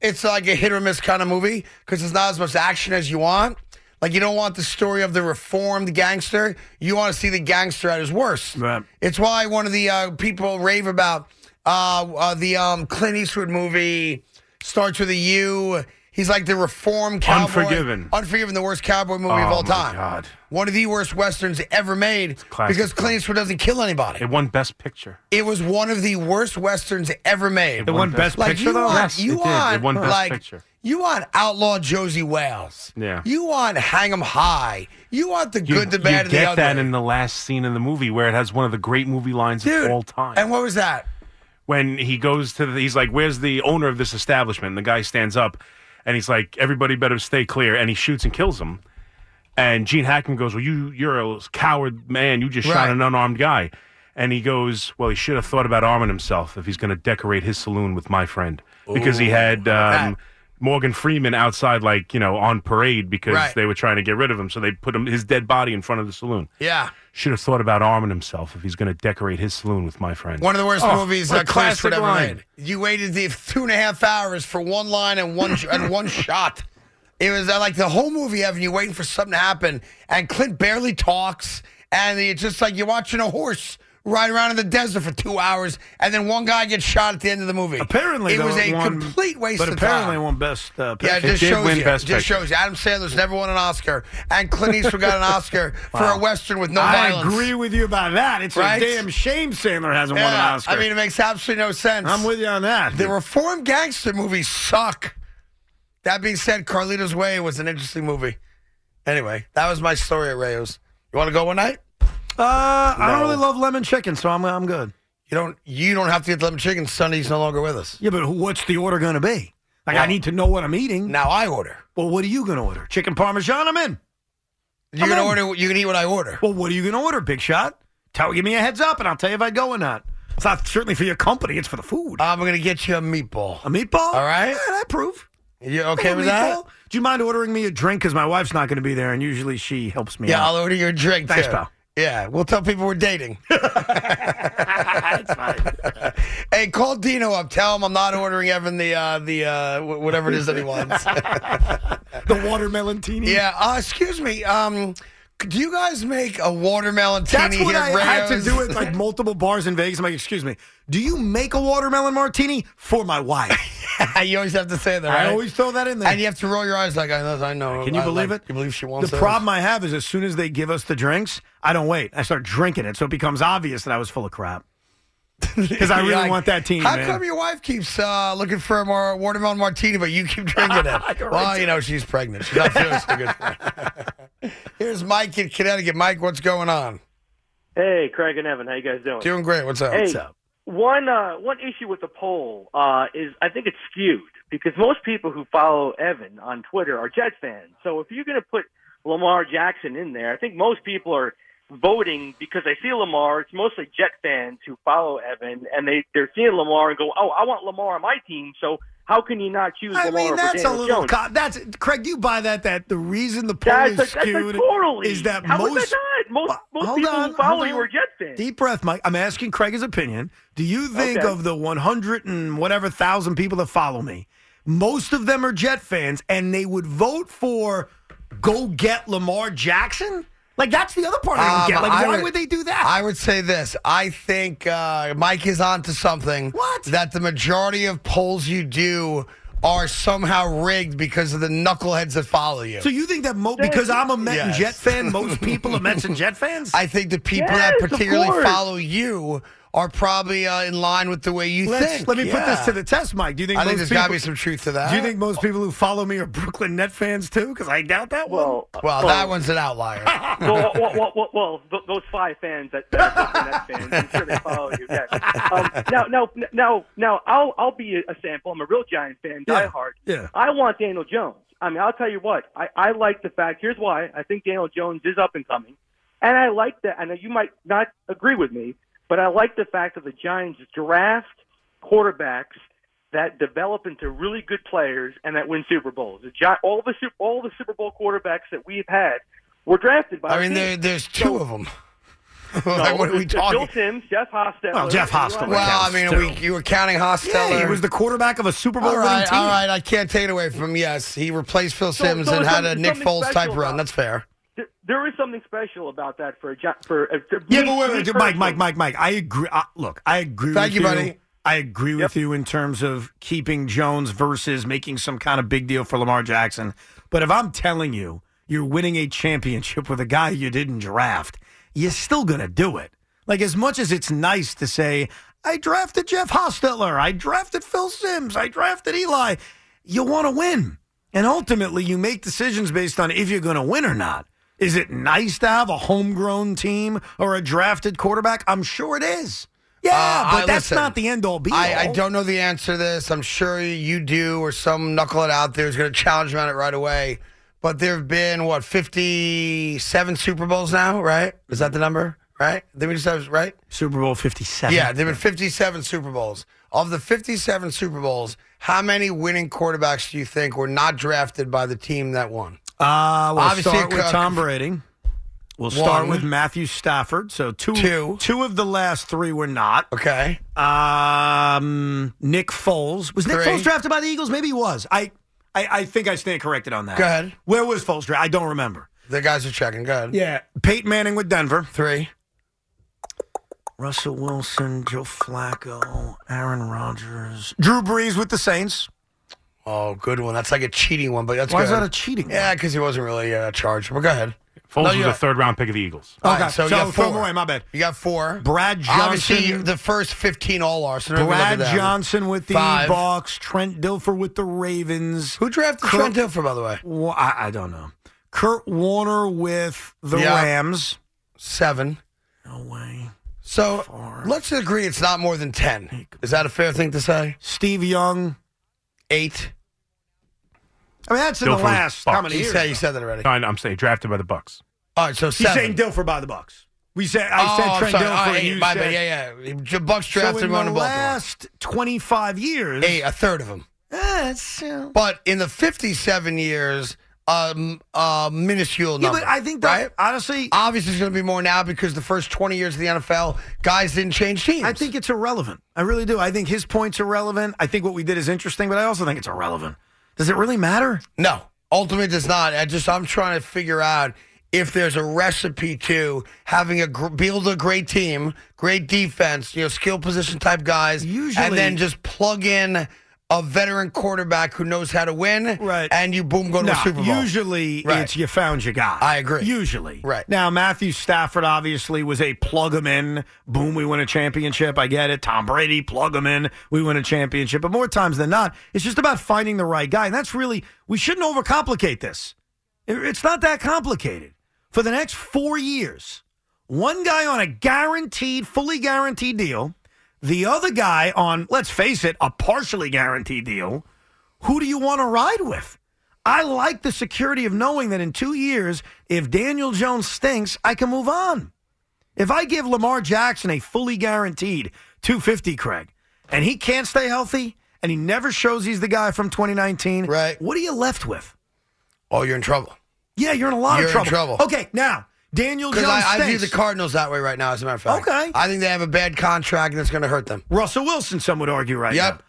A: It's like a hit or miss kind of movie because it's not as much action as you want. Like you don't want the story of the reformed gangster. You want to see the gangster at his worst.
B: Right.
A: It's why one of the uh, people rave about uh, uh, the um, Clint Eastwood movie starts with a U. He's like the reformed cowboy.
B: Unforgiven.
A: Unforgiven, the worst cowboy movie of
D: Oh,
A: all
D: my
A: time.
D: God.
A: One of the worst westerns ever made
D: classic.
A: because Clint Eastwood doesn't kill anybody.
D: It won Best Picture.
A: It was one of the worst westerns ever made.
B: it won
D: won
B: Best
D: Best
A: Like
B: Picture,
A: you
B: though?
A: want,
D: Yes,
A: you
D: it did. It
A: want,
D: won Best
A: like,
D: Picture.
A: You want outlaw Josie Wales.
D: Yeah.
A: You want hang 'em high. You want the
D: You-
A: good, the bad,
D: you
A: and the
D: get
A: ugly.
D: that in the last scene in the movie where it has one of the great movie lines
A: Dude,
D: of all time.
A: And what was that?
D: when he goes to the, he's like, "Where's the owner of this establishment?" And the guy stands up, and he's like, "Everybody better stay clear." And he shoots and kills him. And Gene Hackman goes, "Well, you you're a coward man. You just shot
A: Right.
D: an unarmed guy." And he goes, "Well, he should have thought about arming himself if he's going to decorate his saloon with my friend because he had."
A: about
D: Um,
A: that?
D: Morgan Freeman outside, like you know, on parade because
A: Right.
D: they were trying to get rid of him, so they put him his dead body in front of the saloon.
A: Yeah.
D: Should have thought about arming himself if he's going to decorate his saloon with my friend.
A: One of the worst
D: Oh,
A: movies
D: what a
A: uh, Clint Eastwood
D: classic
A: ever
D: line.
A: made. You waited the [laughs] two and a half hours for one line and one sh- and one shot. It was uh, like the whole movie having you waiting for something to happen, and Clint barely talks, and it's just like you're watching a horse ride around in the desert for two hours, and then one guy gets shot at the end of the movie.
B: Apparently,
A: it
B: though,
A: was
B: it
A: a
B: won-
A: complete waste
B: But
A: of
B: apparently,
A: time.
B: it won Best uh,
A: Yeah,
B: Picture.
A: it just
D: did
A: shows
D: win
A: you.
D: Best
A: It just
D: Picture.
A: shows you. Adam Sandler's never won an Oscar, and Clint Eastwood
B: [laughs]
A: got an Oscar for a western with no
B: I
A: violence.
B: agree with you about that. It's
A: Right?
B: a damn shame Sandler hasn't won an
A: Yeah,
B: Oscar.
A: I mean, it makes absolutely no sense.
B: I'm with you on that.
A: The reformed gangster movies suck. That being said, Carlito's Way was an interesting movie. Anyway, that was my story at Rayos. You want to go one night?
B: uh, I don't
D: No.
B: really love lemon chicken, so I'm, I'm good.
A: You don't. You don't have to get lemon chicken. Sunday's no longer with us.
B: Yeah, but who- what's the order going to be? Like, I
A: Well-
B: need to know what I'm eating.
A: Now I order.
B: Well, what are you going to order? Chicken parmesan? I'm in.
A: You
B: I'm
A: can
B: in.
A: order. You can eat what I order.
B: Well, what are you going to order, Big Shot? Tell, give me a heads up, and I'll tell you if I'd go or not. It's not certainly for your company; it's for the food.
A: I'm gonna get you a meatball.
B: a meatball. Uh, All
A: right.
B: I approve.
A: You okay
B: A
A: with that?
B: meatball. Do you mind ordering me a drink? Because my wife's not going to be there, and usually she helps me.
A: Yeah,
B: out.
A: I'll order your drink.
B: Thanks,
A: too.
B: pal.
A: Yeah, we'll tell people we're
B: [laughs]
A: dating. [laughs] Hey, call Dino up. Tell him I'm not ordering Evan the uh, the uh, wh- whatever it is that he wants.
B: the watermelon teeny.
A: Yeah, uh, excuse me. Um, do you guys make a watermelon teeny
B: That's what
A: here
B: I
A: at
B: had to
A: Rayo's?
B: do at like multiple bars in Vegas. I'm like, excuse me, do you make a watermelon martini for my wife?
A: [laughs] you always have to say that.
B: I
A: right?
B: always throw that in there.
A: and you have to roll your eyes like I know. I know.
B: Can you
A: I-
B: believe
A: like,
B: it?
A: You believe she
B: The
A: wants those? [laughs]
B: problem I have is as soon as they give us the drinks, I don't wait. I start drinking it, so it becomes obvious that I was full of crap. Because I really
A: You're like,
B: want that team.
A: How
B: man.
A: come your wife keeps uh, looking for a more watermelon martini, but you keep
B: [laughs]
A: drinking it?
B: You're
A: well,
B: right.
A: you know she's pregnant. She's not feeling so good.
B: [laughs]
A: Here's Mike in Connecticut. Mike, what's going on?
E: Hey, Craig and Evan, how you guys doing?
A: Doing great. What's up?
E: hey, one uh, one issue with the poll uh, is I think it's skewed because most people who follow Evan on Twitter are Jets fans. So if you're going to put Lamar Jackson in there, I think most people are voting because they see Lamar. It's mostly Jet fans who follow Evan, and they they're seeing Lamar and go, "Oh, I want Lamar on my team." So how can you not choose
B: I
E: Lamar
B: mean,
E: over
B: that's a
E: Daniel
B: little.
E: Jones?
B: Co- that's Craig. Do you buy that? That the reason the poll
E: that's, a,
B: is
E: that's a
B: skewed
E: totally.
B: is that
E: how
B: most.
E: is that not? Most
B: Well,
E: most
B: hold
E: people
B: on,
E: who follow
B: hold
E: you
B: on.
E: are Jet fans.
B: Deep breath, Mike. I'm asking Craig his opinion. Do you think
E: Okay.
B: of the 100 and whatever thousand people that follow me, most of them are Jet fans, and they would vote for go get Lamar Jackson? Like that's the other part I don't
A: Um,
B: get. Like
A: I
B: why
A: would-
B: would, they do that?
A: I would say this. I think uh, Mike is onto something.
B: What?
A: That the majority of polls you do are somehow rigged because of the knuckleheads that follow you.
B: so you think that mo- because I'm a Met and
A: Yes.
B: Jet fan, most people are Mets and Jet fans?
A: I think the people
E: Yes,
A: that
E: of
A: particularly
E: course.
A: follow you are probably uh, in line with the way you
B: Let's-
A: think.
B: let me put this
A: Yeah.
B: to the test, Mike. Do you think
A: I think
B: most
A: there's
B: people,
A: got to be some truth to that.
B: Do you think most people who follow me are Brooklyn Net fans too? Because I doubt that one.
E: Well, uh,
A: Well, that one's an outlier.
B: [laughs]
E: well, well, well, well, well, th- those five fans that, that are Brooklyn Nets fans, I'm sure they follow you. Yes. Um, now, now, now, now, I'll I'll be a sample. I'm a real Giant fan,
B: Yeah,
E: diehard.
B: yeah.
E: I want Daniel Jones. I mean, I'll tell you what. I I like the fact. Here's why. I think Daniel Jones is up and coming, and I like that. I know you might not agree with me, but I like the fact that the Giants draft quarterbacks that develop into really good players and that win Super Bowls. The Gi- all the Super, all the Super Bowl quarterbacks that we've had were drafted by.
A: I mean,
E: teams.
A: there, there's two of [laughs] them.
E: No,
A: like, what are
E: it's-
A: we
E: it's
A: talking?
E: Bill Sims, Jeff Hostetler.
B: Well, Jeff Hostetler.
E: Well,
A: Well, I
B: counts,
A: mean,
B: too.
A: we, you were counting Hosteller.
B: yeah, he was the quarterback of a Super Bowl
A: all
B: winning
A: right,
B: team.
A: all right. I can't take it away from him. Yes, he replaced Phil
E: So-
A: Sims
E: so
A: and
E: there's
A: had a
E: something-
A: Nick
E: something
A: Foles type
E: special
A: run.
E: about-
A: That's fair.
E: there, there is something special about that for a Gi- for, a, for
B: Yeah,
E: me-
B: but wait,
E: me
B: wait, Mike,
E: personally.
B: Mike, Mike, Mike. I agree. Uh, look, I agree.
A: Thank
B: with
A: you, buddy.
B: I agree with you in terms of keeping Jones versus making some kind of big deal for Lamar Jackson. But if I'm telling you, you're winning a championship with a guy you didn't draft, you're still gonna do it. Like as much as it's nice to say, I drafted Jeff Hostetler, I drafted Phil Sims, I drafted Eli. You want to win, and ultimately you make decisions based on if you're going to win or not. Is it nice to have a homegrown team or a drafted quarterback? I'm sure it is. Yeah,
A: Uh,
B: but
A: I-
B: that's
A: listen,
B: not the end all be all.
A: I, I don't know the answer to this. I'm sure you do, or some knucklehead out there is going to challenge me on it right away. But there have been, what, 57 Super Bowls now, right? Is that the number, right? Did we just have, right?
B: Super Bowl 57.
A: Yeah, there have been 57 Super Bowls. Of the 57 Super Bowls, how many winning quarterbacks do you think were not drafted by the team that won?
B: Uh, we'll
A: Obviously,
B: start with
A: uh,
B: Tom Brady. We'll start
A: One.
B: with Matthew Stafford. So two,
A: Two.
B: two of the last three were not.
A: Okay.
B: Um, Nick Foles was Nick
A: Three.
B: Foles drafted by the Eagles? Maybe he was. I, I, I think I stand corrected on that.
A: Go ahead.
B: Where was Foles drafted? I don't remember.
A: The guys are checking. Go ahead.
B: Yeah, Peyton Manning with Denver.
A: Three.
B: Russell Wilson, Joe Flacco, Aaron Rodgers, Drew Brees with the Saints.
A: Oh, good one. That's like a cheating one, but that's
B: Why
A: good.
B: is that a cheating? one?
A: yeah, because he wasn't really uh, charged. But go ahead.
D: Foles
A: No,
D: was
A: you're
D: the
A: right.
D: third round pick of the Eagles.
A: All
B: Okay,
A: right, so you
B: so
A: got four.
B: throw 'em away. My bad.
A: You got four.
B: Brad
A: Obviously,
B: Johnson.
A: the first 15 all are. So don't even look at
B: Brad
A: them.
B: Johnson with the
A: Five.
B: Bucks. Trent Dilfer with the Ravens.
A: Who drafted
B: Kirk-
A: Trent Dilfer, by the way?
B: Wa- I, I don't know. Kurt Warner with the
A: Yeah.
B: Rams.
A: Seven.
B: No way.
A: So
B: Four.
A: let's agree it's not more than 10. Is that a fair thing to say?
B: Steve Young.
A: Eight.
B: I mean, that's in the
D: Dilfer with
B: last how
D: Bucks.
B: many
A: You
B: years?
A: said, you said that already.
D: No, I know, I'm saying drafted by the Bucks.
A: All right, so
B: He's
A: seven.
B: saying Dilfer by the Bucks. We said I
A: Oh,
B: said
A: I'm
B: Trent
A: sorry.
B: Dilfer.
A: All right,
B: you
A: my
B: said,
A: bad. Yeah, yeah. The Bucks
B: So
A: drafted
B: in
A: him going
B: the
A: to Baltimore.
B: last 25 years,
A: Eight, a third of them.
B: that's, yeah,
A: But in the 57 years, um, a minuscule number.
B: but I think that
A: right?
B: honestly,
A: Obviously, it's going to be more now because the first 20 years of the NFL, guys didn't change teams.
B: I think it's irrelevant. I really do. I think his points are relevant. I think what we did is interesting, but I also think it's irrelevant. Does it really matter?
A: No, ultimately, it does not. I just I'm trying to figure out if there's a recipe to having a gr- build a great team, great defense, you know, skill position type guys,
B: Usually-
A: and then just plug in a veteran quarterback who knows how to win,
B: Right.
A: And you boom go to a
B: Nah,
A: Super Bowl.
B: Usually
A: Right.
B: it's you found your guy.
A: I agree.
B: Usually.
A: Right.
B: Now Matthew Stafford obviously was a plug him in. Boom, we win a championship. I get it. Tom Brady, plug him in. We win a championship. But more times than not, it's just about finding the right guy. And that's really we shouldn't overcomplicate this. It- It's not that complicated. For the next four years, one guy on a guaranteed, fully guaranteed deal, the other guy on, let's face it, a partially guaranteed deal who do you want to ride with? I like the security of knowing that in two years, if Daniel Jones stinks, I can move on. If I give Lamar Jackson a fully guaranteed 250, Craig, and he can't stay healthy and he never shows he's the guy from 2019,
A: Right.
B: what are you left with?
A: oh, you're in trouble
B: Yeah, you're in a lot
A: You're
B: of
A: in
B: trouble.
A: trouble.
B: Okay, now, Daniel Jones
A: because I, I view
B: stinks.
A: the Cardinals that way right now. As a matter of fact,
B: Okay.
A: I think they have a bad contract and it's going to hurt them.
B: Russell Wilson, some would argue right
A: Yep.
B: now.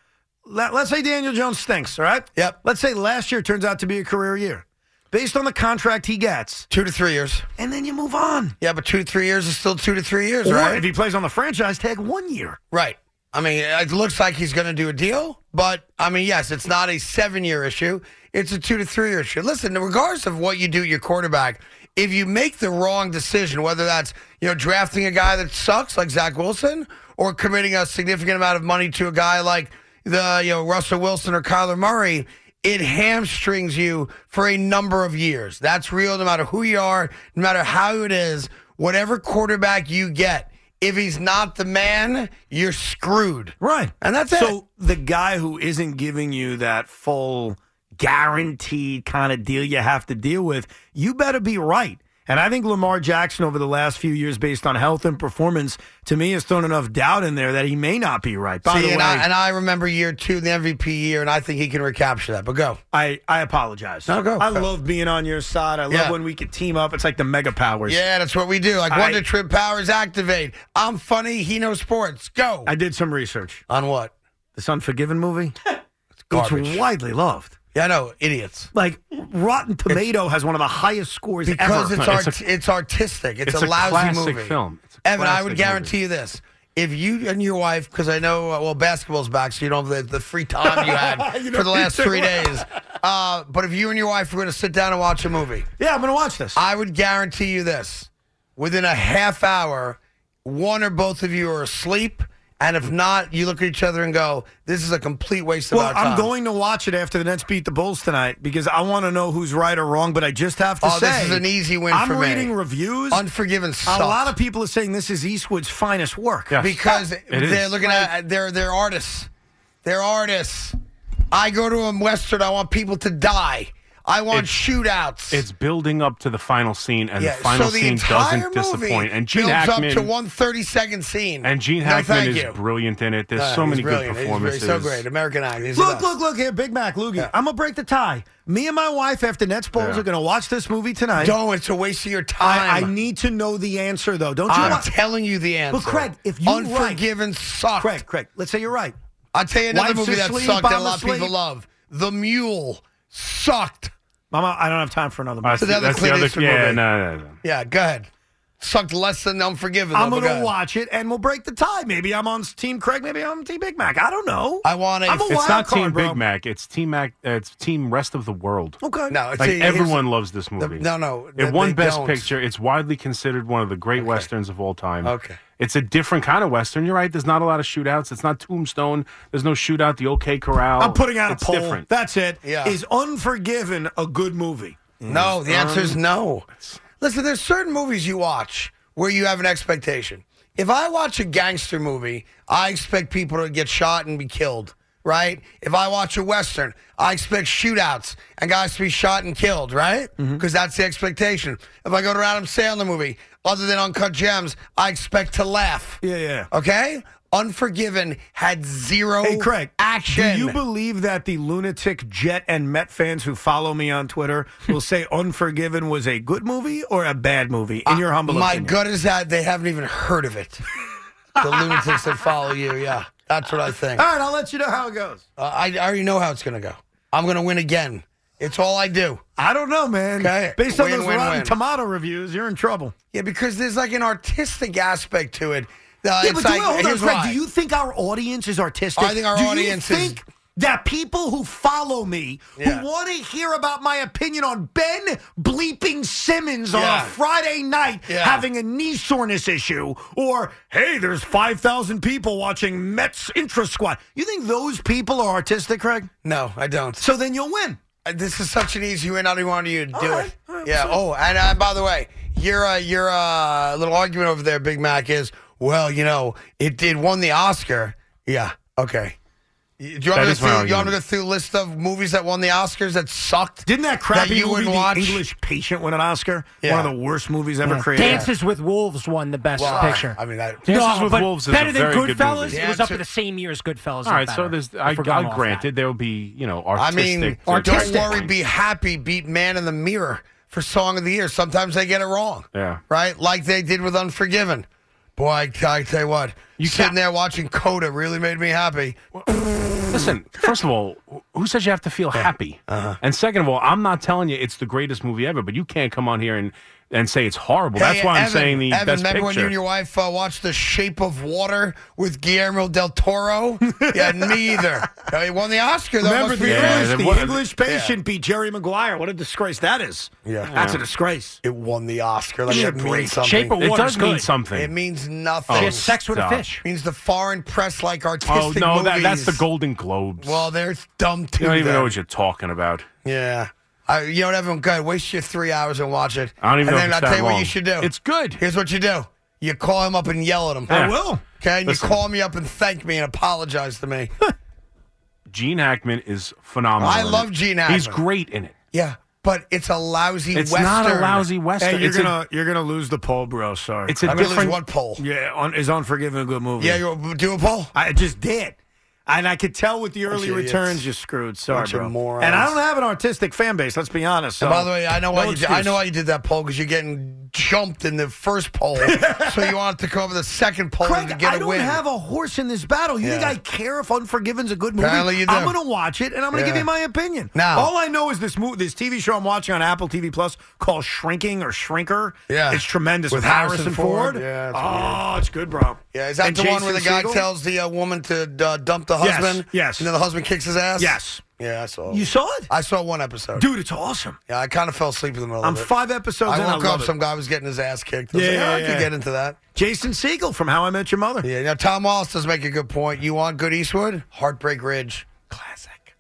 B: Let, let's say Daniel Jones stinks, all right?
A: Yep.
B: Let's say last year turns out to be a career year. Based on the contract he gets,
A: Two to three years.
B: and then you move on.
A: Yeah, but two to three years is still two to three years,
B: Or
A: right?
B: if he plays on the franchise tag, one year.
A: Right. I mean, it looks like he's going to do a deal, but I mean, yes, it's not a seven year issue. It's a two to three year issue. Listen, regardless of what you do at your quarterback, if you make the wrong decision, whether that's, you know, drafting a guy that sucks like Zach Wilson or committing a significant amount of money to a guy like the you know Russell Wilson or Kyler Murray, it hamstrings you for a number of years. That's real, no matter who you are, no matter how it is. Whatever quarterback you get, if he's not the man, you're screwed.
B: Right.
A: And that's it.
B: So the guy who isn't giving you that full guaranteed kind of deal you have to deal with, you better be right. And I think Lamar Jackson over the last few years, based on health and performance, to me has thrown enough doubt in there that he may not be right. By
A: See,
B: the way,
A: and, I, and I remember year two, the MVP year, and I think he can recapture that. But go.
B: I, I apologize.
A: No, go.
B: I love being on your side. I love
A: Yeah.
B: when we could team up. It's like the mega powers.
A: Yeah, that's what we do. Like
B: I-
A: Wonder Trip Powers activate. I'm funny. He knows sports. Go.
B: I did some research.
A: On what?
B: This Unforgiven
A: [laughs]
B: movie,
A: Garbage.
B: it's widely loved.
A: yeah, I know. Idiots.
B: Like Rotten Tomato has one of the highest scores
A: Because
B: ever.
A: it's art, it's, artistic. It's,
D: it's
A: a,
D: a
A: lousy
D: classic
A: movie.
D: film. It's a
A: Evan, I
D: classic
A: would
D: movie.
A: guarantee you this: if you and your wife, because I know, uh, well, basketball's back, so you don't have the, the free time [laughs] you had for the last three days. Uh, but if you and your wife were going to sit down and watch a movie,
B: yeah, I'm gonna watch this.
A: I would guarantee you this: within a half hour, one or both of you are asleep, and if not, you look at each other and go, "This is a complete waste of
B: Well,
A: our time."
B: I'm going to watch it after the Nets beat the Bulls tonight because I want to know who's right or wrong. But I just have to
A: Oh,
B: say,
A: this is an easy win
B: I'm
A: for me.
B: reading reviews.
A: Unforgiven.
B: a lot of people are saying this is Eastwood's finest work.
D: Yeah. [laughs]
A: because
D: is.
A: they're looking at they're they're artists. They're artists. I go to a western. I want people to die. I want shootouts.
D: It's building up to the final scene, and
A: yeah.
D: the final
A: so the
D: scene
A: entire
D: doesn't
A: movie
D: disappoint. And Gene
A: builds
D: Hackman
A: up to one thirty second scene.
D: and Gene
A: No,
D: Hackman
A: thank
D: is
A: you.
D: brilliant in it. There's
A: Uh,
D: so
A: he's
D: many good
A: brilliant. He's brilliant.
D: performances. Uh,
A: He's so great. American actor. He's the
B: Look,
A: best.
B: look, look here, Big Mac Loogie. I'm gonna break the tie. Me and my wife, after Nets Bulls,
D: Yeah.
B: are gonna watch this movie tonight.
A: Don't. It's a waste of your
B: I, I
A: time.
B: need to know the answer though. Don't you?
A: am
B: want-
A: telling you the answer.
B: Craig, if you write-
A: Unforgiven sucked.
B: Craig, Craig. Let's say you're right.
A: I'll tell you another
B: Wife's
A: movie that
B: asleep,
A: sucked that a
B: I'm
A: lot of people
B: asleep.
A: love. The Mule sucked.
B: Mama, I don't have time for another. movie.
D: Uh, that's the-
A: another
D: that's the
A: Clint
D: other.
A: Eastwood
D: Yeah,
A: movie.
D: no, no, no.
A: Yeah, go ahead. Sucked less than Unforgiven.
B: I'm
A: though, but
B: gonna
A: go ahead.
B: watch it and we'll break the tie. Maybe I'm on Team Craig. Maybe I'm on Team Big Mac. I don't know.
A: I want a-
B: I'm a
A: It's
B: wild
D: It's not
B: card,
D: Team
B: bro.
D: Big Mac. It's Team Mac. Uh, it's Team Rest of the World.
B: Okay.
A: No, it's
D: Like
A: see, here's-
D: everyone loves this movie.
A: no, no,
D: It
A: th-
D: won
A: they
D: Best
A: don't.
D: Picture. It's widely considered one of the great westerns of all time.
A: Okay.
D: It's a different kind of western. You're right. There's not a lot of shootouts. It's not Tombstone. There's no shootout. The OK Corral.
B: I'm putting out
D: it's
B: a poll.
D: Different.
B: That's it. Is
A: Yeah.
B: Unforgiven a good movie?
A: No, the answer is no. Listen, there's certain movies you watch where you have an expectation. If I watch a gangster movie, I expect people to get shot and be killed, right? If I watch a western, I expect shootouts and guys to be shot and killed, right? Because
B: Mm-hmm.
A: that's the expectation. If I go to an Adam Sandler movie, other than Uncut Gems, I expect to laugh.
B: Yeah, yeah.
A: Okay? Unforgiven had zero
B: Hey, Craig.
A: action.
B: Do you believe that the lunatic Jet and Met fans who follow me on Twitter will say Unforgiven was a good movie or a bad movie? In your humble
A: Uh, My
B: opinion.
A: gut is that they haven't even heard of it.
B: [laughs]
A: the lunatics that follow you, yeah. That's what I think.
B: All
A: Uh,
B: right, I'll let you know how it goes.
A: I, I already know how it's going to go. I'm going to win again. It's all I do.
B: I don't know, man.
A: Okay.
B: Based on
A: Win,
B: those
A: win,
B: Rotten
A: win.
B: Tomato reviews, you're in trouble.
A: Yeah, because there's like an artistic aspect to it. Uh,
B: Yeah,
A: it's
B: but do,
A: like,
B: you- hold on,
A: here's
B: Greg.
A: why.
B: Do you think our audience is artistic?
A: I think our
B: do
A: audience
B: you
A: is-
B: think that people who follow me,
A: Yeah.
B: who want to hear about my opinion on Ben bleeping Simmons on
A: Yeah.
B: a Friday night
A: Yeah.
B: having a knee soreness issue, or hey, there's five thousand people watching Mets intra squad. You think those people are artistic, Craig?
A: no, I don't.
B: So then you'll win.
A: Uh, This is such an easy win. I don't even want you to do
B: right.
A: it.
B: All right,
A: yeah.
B: so-
A: Oh, and uh, by the way, your uh, your uh, little argument over there, Big Mac, is well, you know, it did won the Oscar. Yeah. Okay. Y- Do you want,
D: That
A: to go,
D: is my
A: through, you want
D: argument.
A: to go through a list of movies that won the Oscars that sucked?
B: Didn't that crappy
A: you
B: movie,
A: wouldn't
B: The
A: watch?
B: English Patient, win an Oscar?
A: Yeah.
B: One of the worst movies ever created.
F: Dances with Wolves won the best
A: Well,
F: picture.
A: I mean, that,
D: Dances with
F: but
D: Wolves is
F: better
D: a
F: than
D: very good
F: Goodfellas.
D: movie.
F: It was up
A: Yeah,
F: for the same year as Goodfellas.
D: All right.
F: or
D: So
F: better,
D: there's.
F: if
D: I,
F: we're going
D: I
F: off
D: granted
F: that.
D: there will be you know
A: I
D: artistic.
A: mean,
F: Artistic.
A: don't worry, be happy. Beat Man in the Mirror for Song of the Year. Sometimes they get it wrong.
D: Yeah.
A: Right? Like they did with Unforgiven. Boy, I, I tell you what, you sitting
D: can't-
A: there watching Coda really made me happy.
D: Listen, first of all, wh- who says you
A: Uh-huh.
D: have to feel happy? And second of all, I'm not telling you it's the greatest movie ever, but you can't come on here and and say it's horrible. That's
A: Hey,
D: why I'm
A: Evan,
D: saying the
A: Evan,
D: best
A: remember when you
D: picture.
A: and your wife uh, watched The Shape of Water with Guillermo del
D: [laughs]
A: Toro? yeah, me either. No, he won the Oscar. Though.
B: Remember
A: Must
B: the
A: be
D: Yeah,
A: right.
B: English,
D: that
B: the
D: was-
B: English patient beat Jerry Maguire. What a disgrace that is.
A: Yeah.
B: That's a disgrace.
A: It won the Oscar. Like
B: Give me
A: that
B: a break.
A: means something.
F: Shape of
D: it
F: Water's
D: does mean
F: good.
D: something.
A: it means nothing.
F: She has sex with
D: stop.
F: a fish.
A: It means the foreign press like artistic
D: oh no, that, that's the
A: movies.
D: Golden Globes.
A: Well, there's dumb too.
D: you don't even
A: then.
D: know what you're talking about.
A: Yeah. I, you know what, everyone? Good. Waste your three hours and watch it.
D: I don't even
A: and
D: know
A: then
D: if it's
A: I'll
D: that
A: tell you what
D: long.
A: you should do.
D: It's good.
A: Here's what you do. You call him up and yell at him.
D: Yeah.
B: I will.
A: Okay, and
D: Listen.
A: you call me up and thank me and apologize to me.
D: Gene Hackman is phenomenal.
A: I
D: in
A: love
D: it.
A: Gene
D: He's
A: Hackman.
D: great in it.
A: yeah, but it's a lousy
D: It's
A: western.
D: not a lousy western.
B: Hey, you're
D: it's a-
B: gonna you're gonna lose the poll, bro. Sorry.
D: it's a
A: I'm gonna lose
D: different.
A: one poll.
B: yeah. On, is Unforgiven a good movie?
A: Yeah, you do a poll.
B: Oh. I just did. And I could tell with the early
A: of idiots.
B: returns you're screwed. Sorry,
A: Bunch of
B: bro.
A: morons.
B: And I don't have an artistic fan base. Let's be honest. So.
A: And by the way, I know why
B: no
A: you did, I
B: excuse.
A: know why you did that poll because you're getting jumped in the first
B: [laughs]
A: poll, so you wanted to come up with a second poll
B: Craig,
A: to get
B: I
A: a
B: don't
A: win.
B: have a horse in this battle. You think
A: Yeah.
B: I care if Unforgiven's a good movie?
A: Apparently you do.
B: I'm going to watch it, and I'm going to give
A: Yeah.
B: you my opinion.
A: Now-
B: all I know is this movie, this TV show I'm watching on Apple TV Plus called Shrinking or Shrinker.
A: Yeah.
B: it's tremendous
A: With
B: with, Harrison,
A: Harrison
B: Ford.
A: Ford. Yeah, it's
B: oh, it's good, bro.
A: yeah, is that
B: And
A: the one where the
B: Jason
A: guy
B: Segel?
A: tells the uh, woman to uh, dump the
B: Yes,
A: husband?
B: yes.
A: And then the husband kicks his ass.
B: Yes,
A: Yeah, I saw.
B: you
A: it.
B: saw it,
A: I saw one episode.
B: dude. It's awesome.
A: Yeah, I kind of fell asleep in the middle
B: I'm
A: of it.
B: five episodes
A: I
B: in. I
A: woke
B: love
A: up.
B: it.
A: Some guy was getting his ass kicked. I was
B: Yeah,
A: like,
B: yeah,
A: "Oh, I
B: yeah.
A: could get into that.
B: Jason Segel from How I Met Your Mother.
A: Yeah, now Tom Wallace does make a good point. You want Good Eastwood? Heartbreak Ridge.
B: Classic,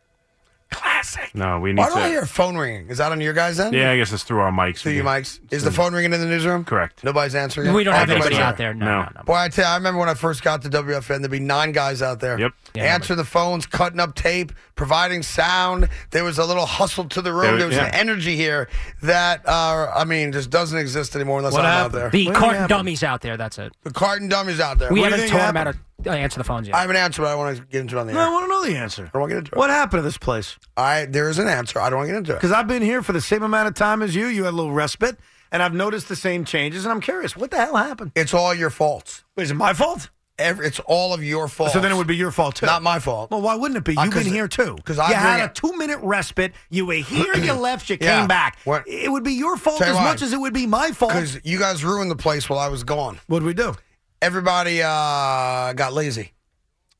B: classic.
D: no, we need
A: Why
D: to.
A: do I hear a phone ringing? Is that on your guys' end?
D: [laughs] Yeah, I guess it's through our mics.
A: Through you, Mike's. Is the phone ringing in the newsroom?
D: Correct.
A: Nobody's answering it?
F: We don't
A: Oh,
F: have
A: nobody's
F: anybody
A: there.
F: out there. No,
D: No.
F: no, no.
A: Boy, I tell you, I remember when I first got to WFN, there'd be nine guys out there.
D: Yep.
F: Yeah,
A: Answering the phones, cutting up tape, providing sound. There was a little hustle to the room. There,
D: There-
A: was
D: yeah.
A: an energy here that, uh, I mean, just doesn't exist anymore unless
B: What
A: I'm
B: happened?
A: out there.
F: The
B: What
F: carton
B: happened?
F: dummies out there. That's it.
A: The carton dummies out there.
F: We
A: What do you
F: haven't
A: think
F: told them how
A: happened?
F: to uh, answer the phones yet.
A: I have an answer, but I don't want to get into it on the
B: No, I
A: air.
B: want to know the answer.
A: I don't want to get into it.
B: What happened to this place?
A: I, there is an answer. I don't want to get into it.
B: Because I've been here for the same amount of time as you. You had a little respite, and I've noticed the same changes, and I'm curious, what the hell happened?
A: It's all your fault.
B: Wait, is it my fault?
A: Every, it's all of your fault.
B: So then it would be your fault too.
A: not my fault.
B: Well, why wouldn't it be?
A: Uh,
B: You've
A: 'cause-
B: been here too.
A: 'cause
B: you
A: I
B: had
A: bring
B: a
A: it-
B: two-minute respite. You were here.
A: [clears throat]
B: You left. You came
A: Yeah.
B: back.
A: What-
B: It would be your fault
A: Tell
B: as
A: you why.
B: much as it would be my fault.
A: Because you guys ruined the place while I was gone.
B: What'd we do?
A: Everybody uh, got lazy.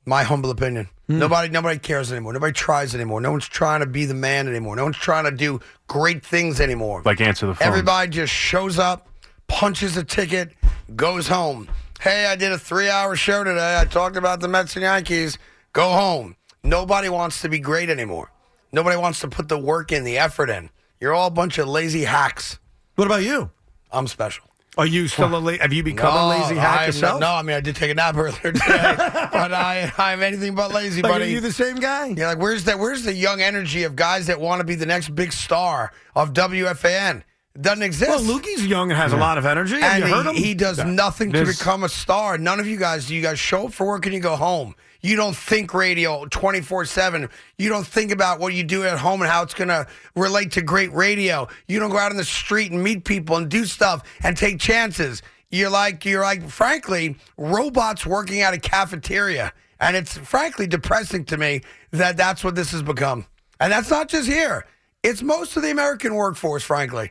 A: My humble opinion.
B: Hmm.
A: Nobody, nobody cares anymore. Nobody tries anymore. No one's trying to be the man anymore. No one's trying to do great things anymore.
D: like answer the phone.
A: Everybody just shows up, punches a ticket, goes home. Hey, I did a three hour show today. I talked about the Mets and Yankees. Go home. Nobody wants to be great anymore. Nobody wants to put the work in, the effort in. You're all a bunch of lazy hacks.
B: What about you?
A: I'm special.
B: Are you still a lazy? Have you become a lazy hack
A: I am
B: yourself?
A: Not, no, I mean, I did take a nap [laughs] earlier today, but I, I'm anything but lazy,
B: Like, are
A: buddy.
B: you the same guy?
A: Yeah, like where's that? Where's the young energy of guys that want to be the next big star of WFAN? It doesn't exist.
B: Well, Lukey's young and has a lot of energy. Have
A: and
B: you heard
A: he,
B: him?
A: he does nothing to
D: There's-
A: become a star. None of you guys do. You guys show up for work and you go home. You don't think radio 24 7. You don't think about what you do at home and how it's going to relate to great radio. You don't go out on the street and meet people and do stuff and take chances. You're like, you're like, frankly, robots working at a cafeteria. And it's frankly depressing to me that that's what this has become. And that's not just here. It's most of the American workforce,
B: [laughs]
A: frankly.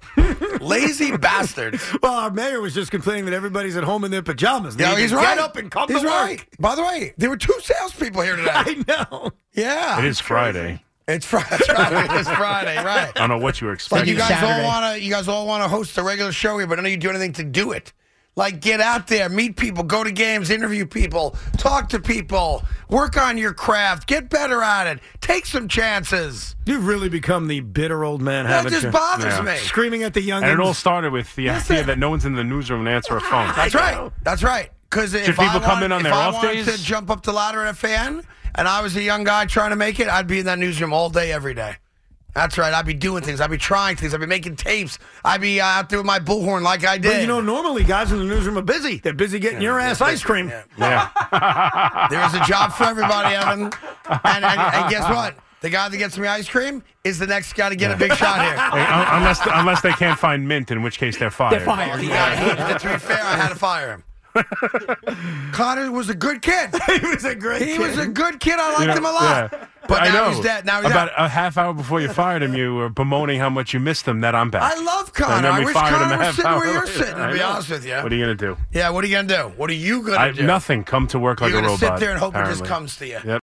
A: Lazy bastards.
B: Well, our mayor was just complaining that everybody's at home in their pajamas. They
A: Yeah,
B: need
A: he's
B: to
A: right.
B: Get up and come
A: he's
B: to
A: right.
B: work.
A: By the way, there were two salespeople here [laughs] today.
B: [laughs] I know.
A: yeah,
D: it is Friday.
A: It's Friday. It's Friday.
B: [laughs]
A: It's Friday. Right.
D: I don't know what you
A: [laughs]
D: were
A: Like
D: expecting.
A: you guys
F: Saturday.
A: all want to. You guys all want to host a regular show here, but none of you do anything to do it. Like get out there, meet people, go to games, interview people, talk to people, work on your craft, get better at it, take some chances.
B: You've really become the bitter old man,
A: That
B: haven't
A: just
B: you?
A: bothers
D: Yeah.
A: me.
B: Screaming at the young.
D: and it all started with the idea
A: Listen.
D: that no one's in the newsroom and answer a phone.
A: That's right. That's right. Because if
D: people
A: I
D: come
A: wanted-
D: in on
A: if
D: their
A: I
D: off
A: wanted
D: days?
A: to jump up the ladder at fan, and I was a young guy trying to make it, I'd be in that newsroom all day, every day. That's right. I'd be doing things. I'd be trying things. I'd be making tapes. I'd be uh, out there with my bullhorn like I did.
B: But you know, normally guys in the newsroom are busy. They're busy getting your ass ice cream.
D: Yeah. [laughs]
A: there is a job for everybody, Evan. And, and, and guess what? The guy that gets me ice cream is the next guy to get a big shot
D: [laughs]
A: here.
D: Hey, un- unless unless they can't find mint, in which case they're fired.
F: They're fired.
A: Yeah, to be fair, I had to fire him.
D: [laughs]
A: Connor was a good kid.
B: [laughs] he was a great.
A: He
B: kid.
A: was a good kid. I liked
D: You know,
A: him a lot.
D: yeah.
A: But
D: I
A: now
D: know.
A: he's dead. Now he's
D: about
A: out.
D: a half hour before you fired him, you were bemoaning how much you missed him. That I'm back.
A: I love
D: And
A: Connor.
D: then
A: I
D: we
A: wish
D: fired him
A: Connor
D: a
A: was
D: half
A: sitting
D: hour
A: where you're
D: later.
A: sitting, to
D: [laughs] I
A: be
D: know.
A: honest with you.
D: What are you gonna do?
A: Yeah, what are you gonna do? What are you gonna
D: I,
A: do?
D: nothing. Come to work like
A: you're
D: a
A: gonna
D: robot.
A: sit there and hope it just
D: apparently.
A: comes to you.
D: Yep.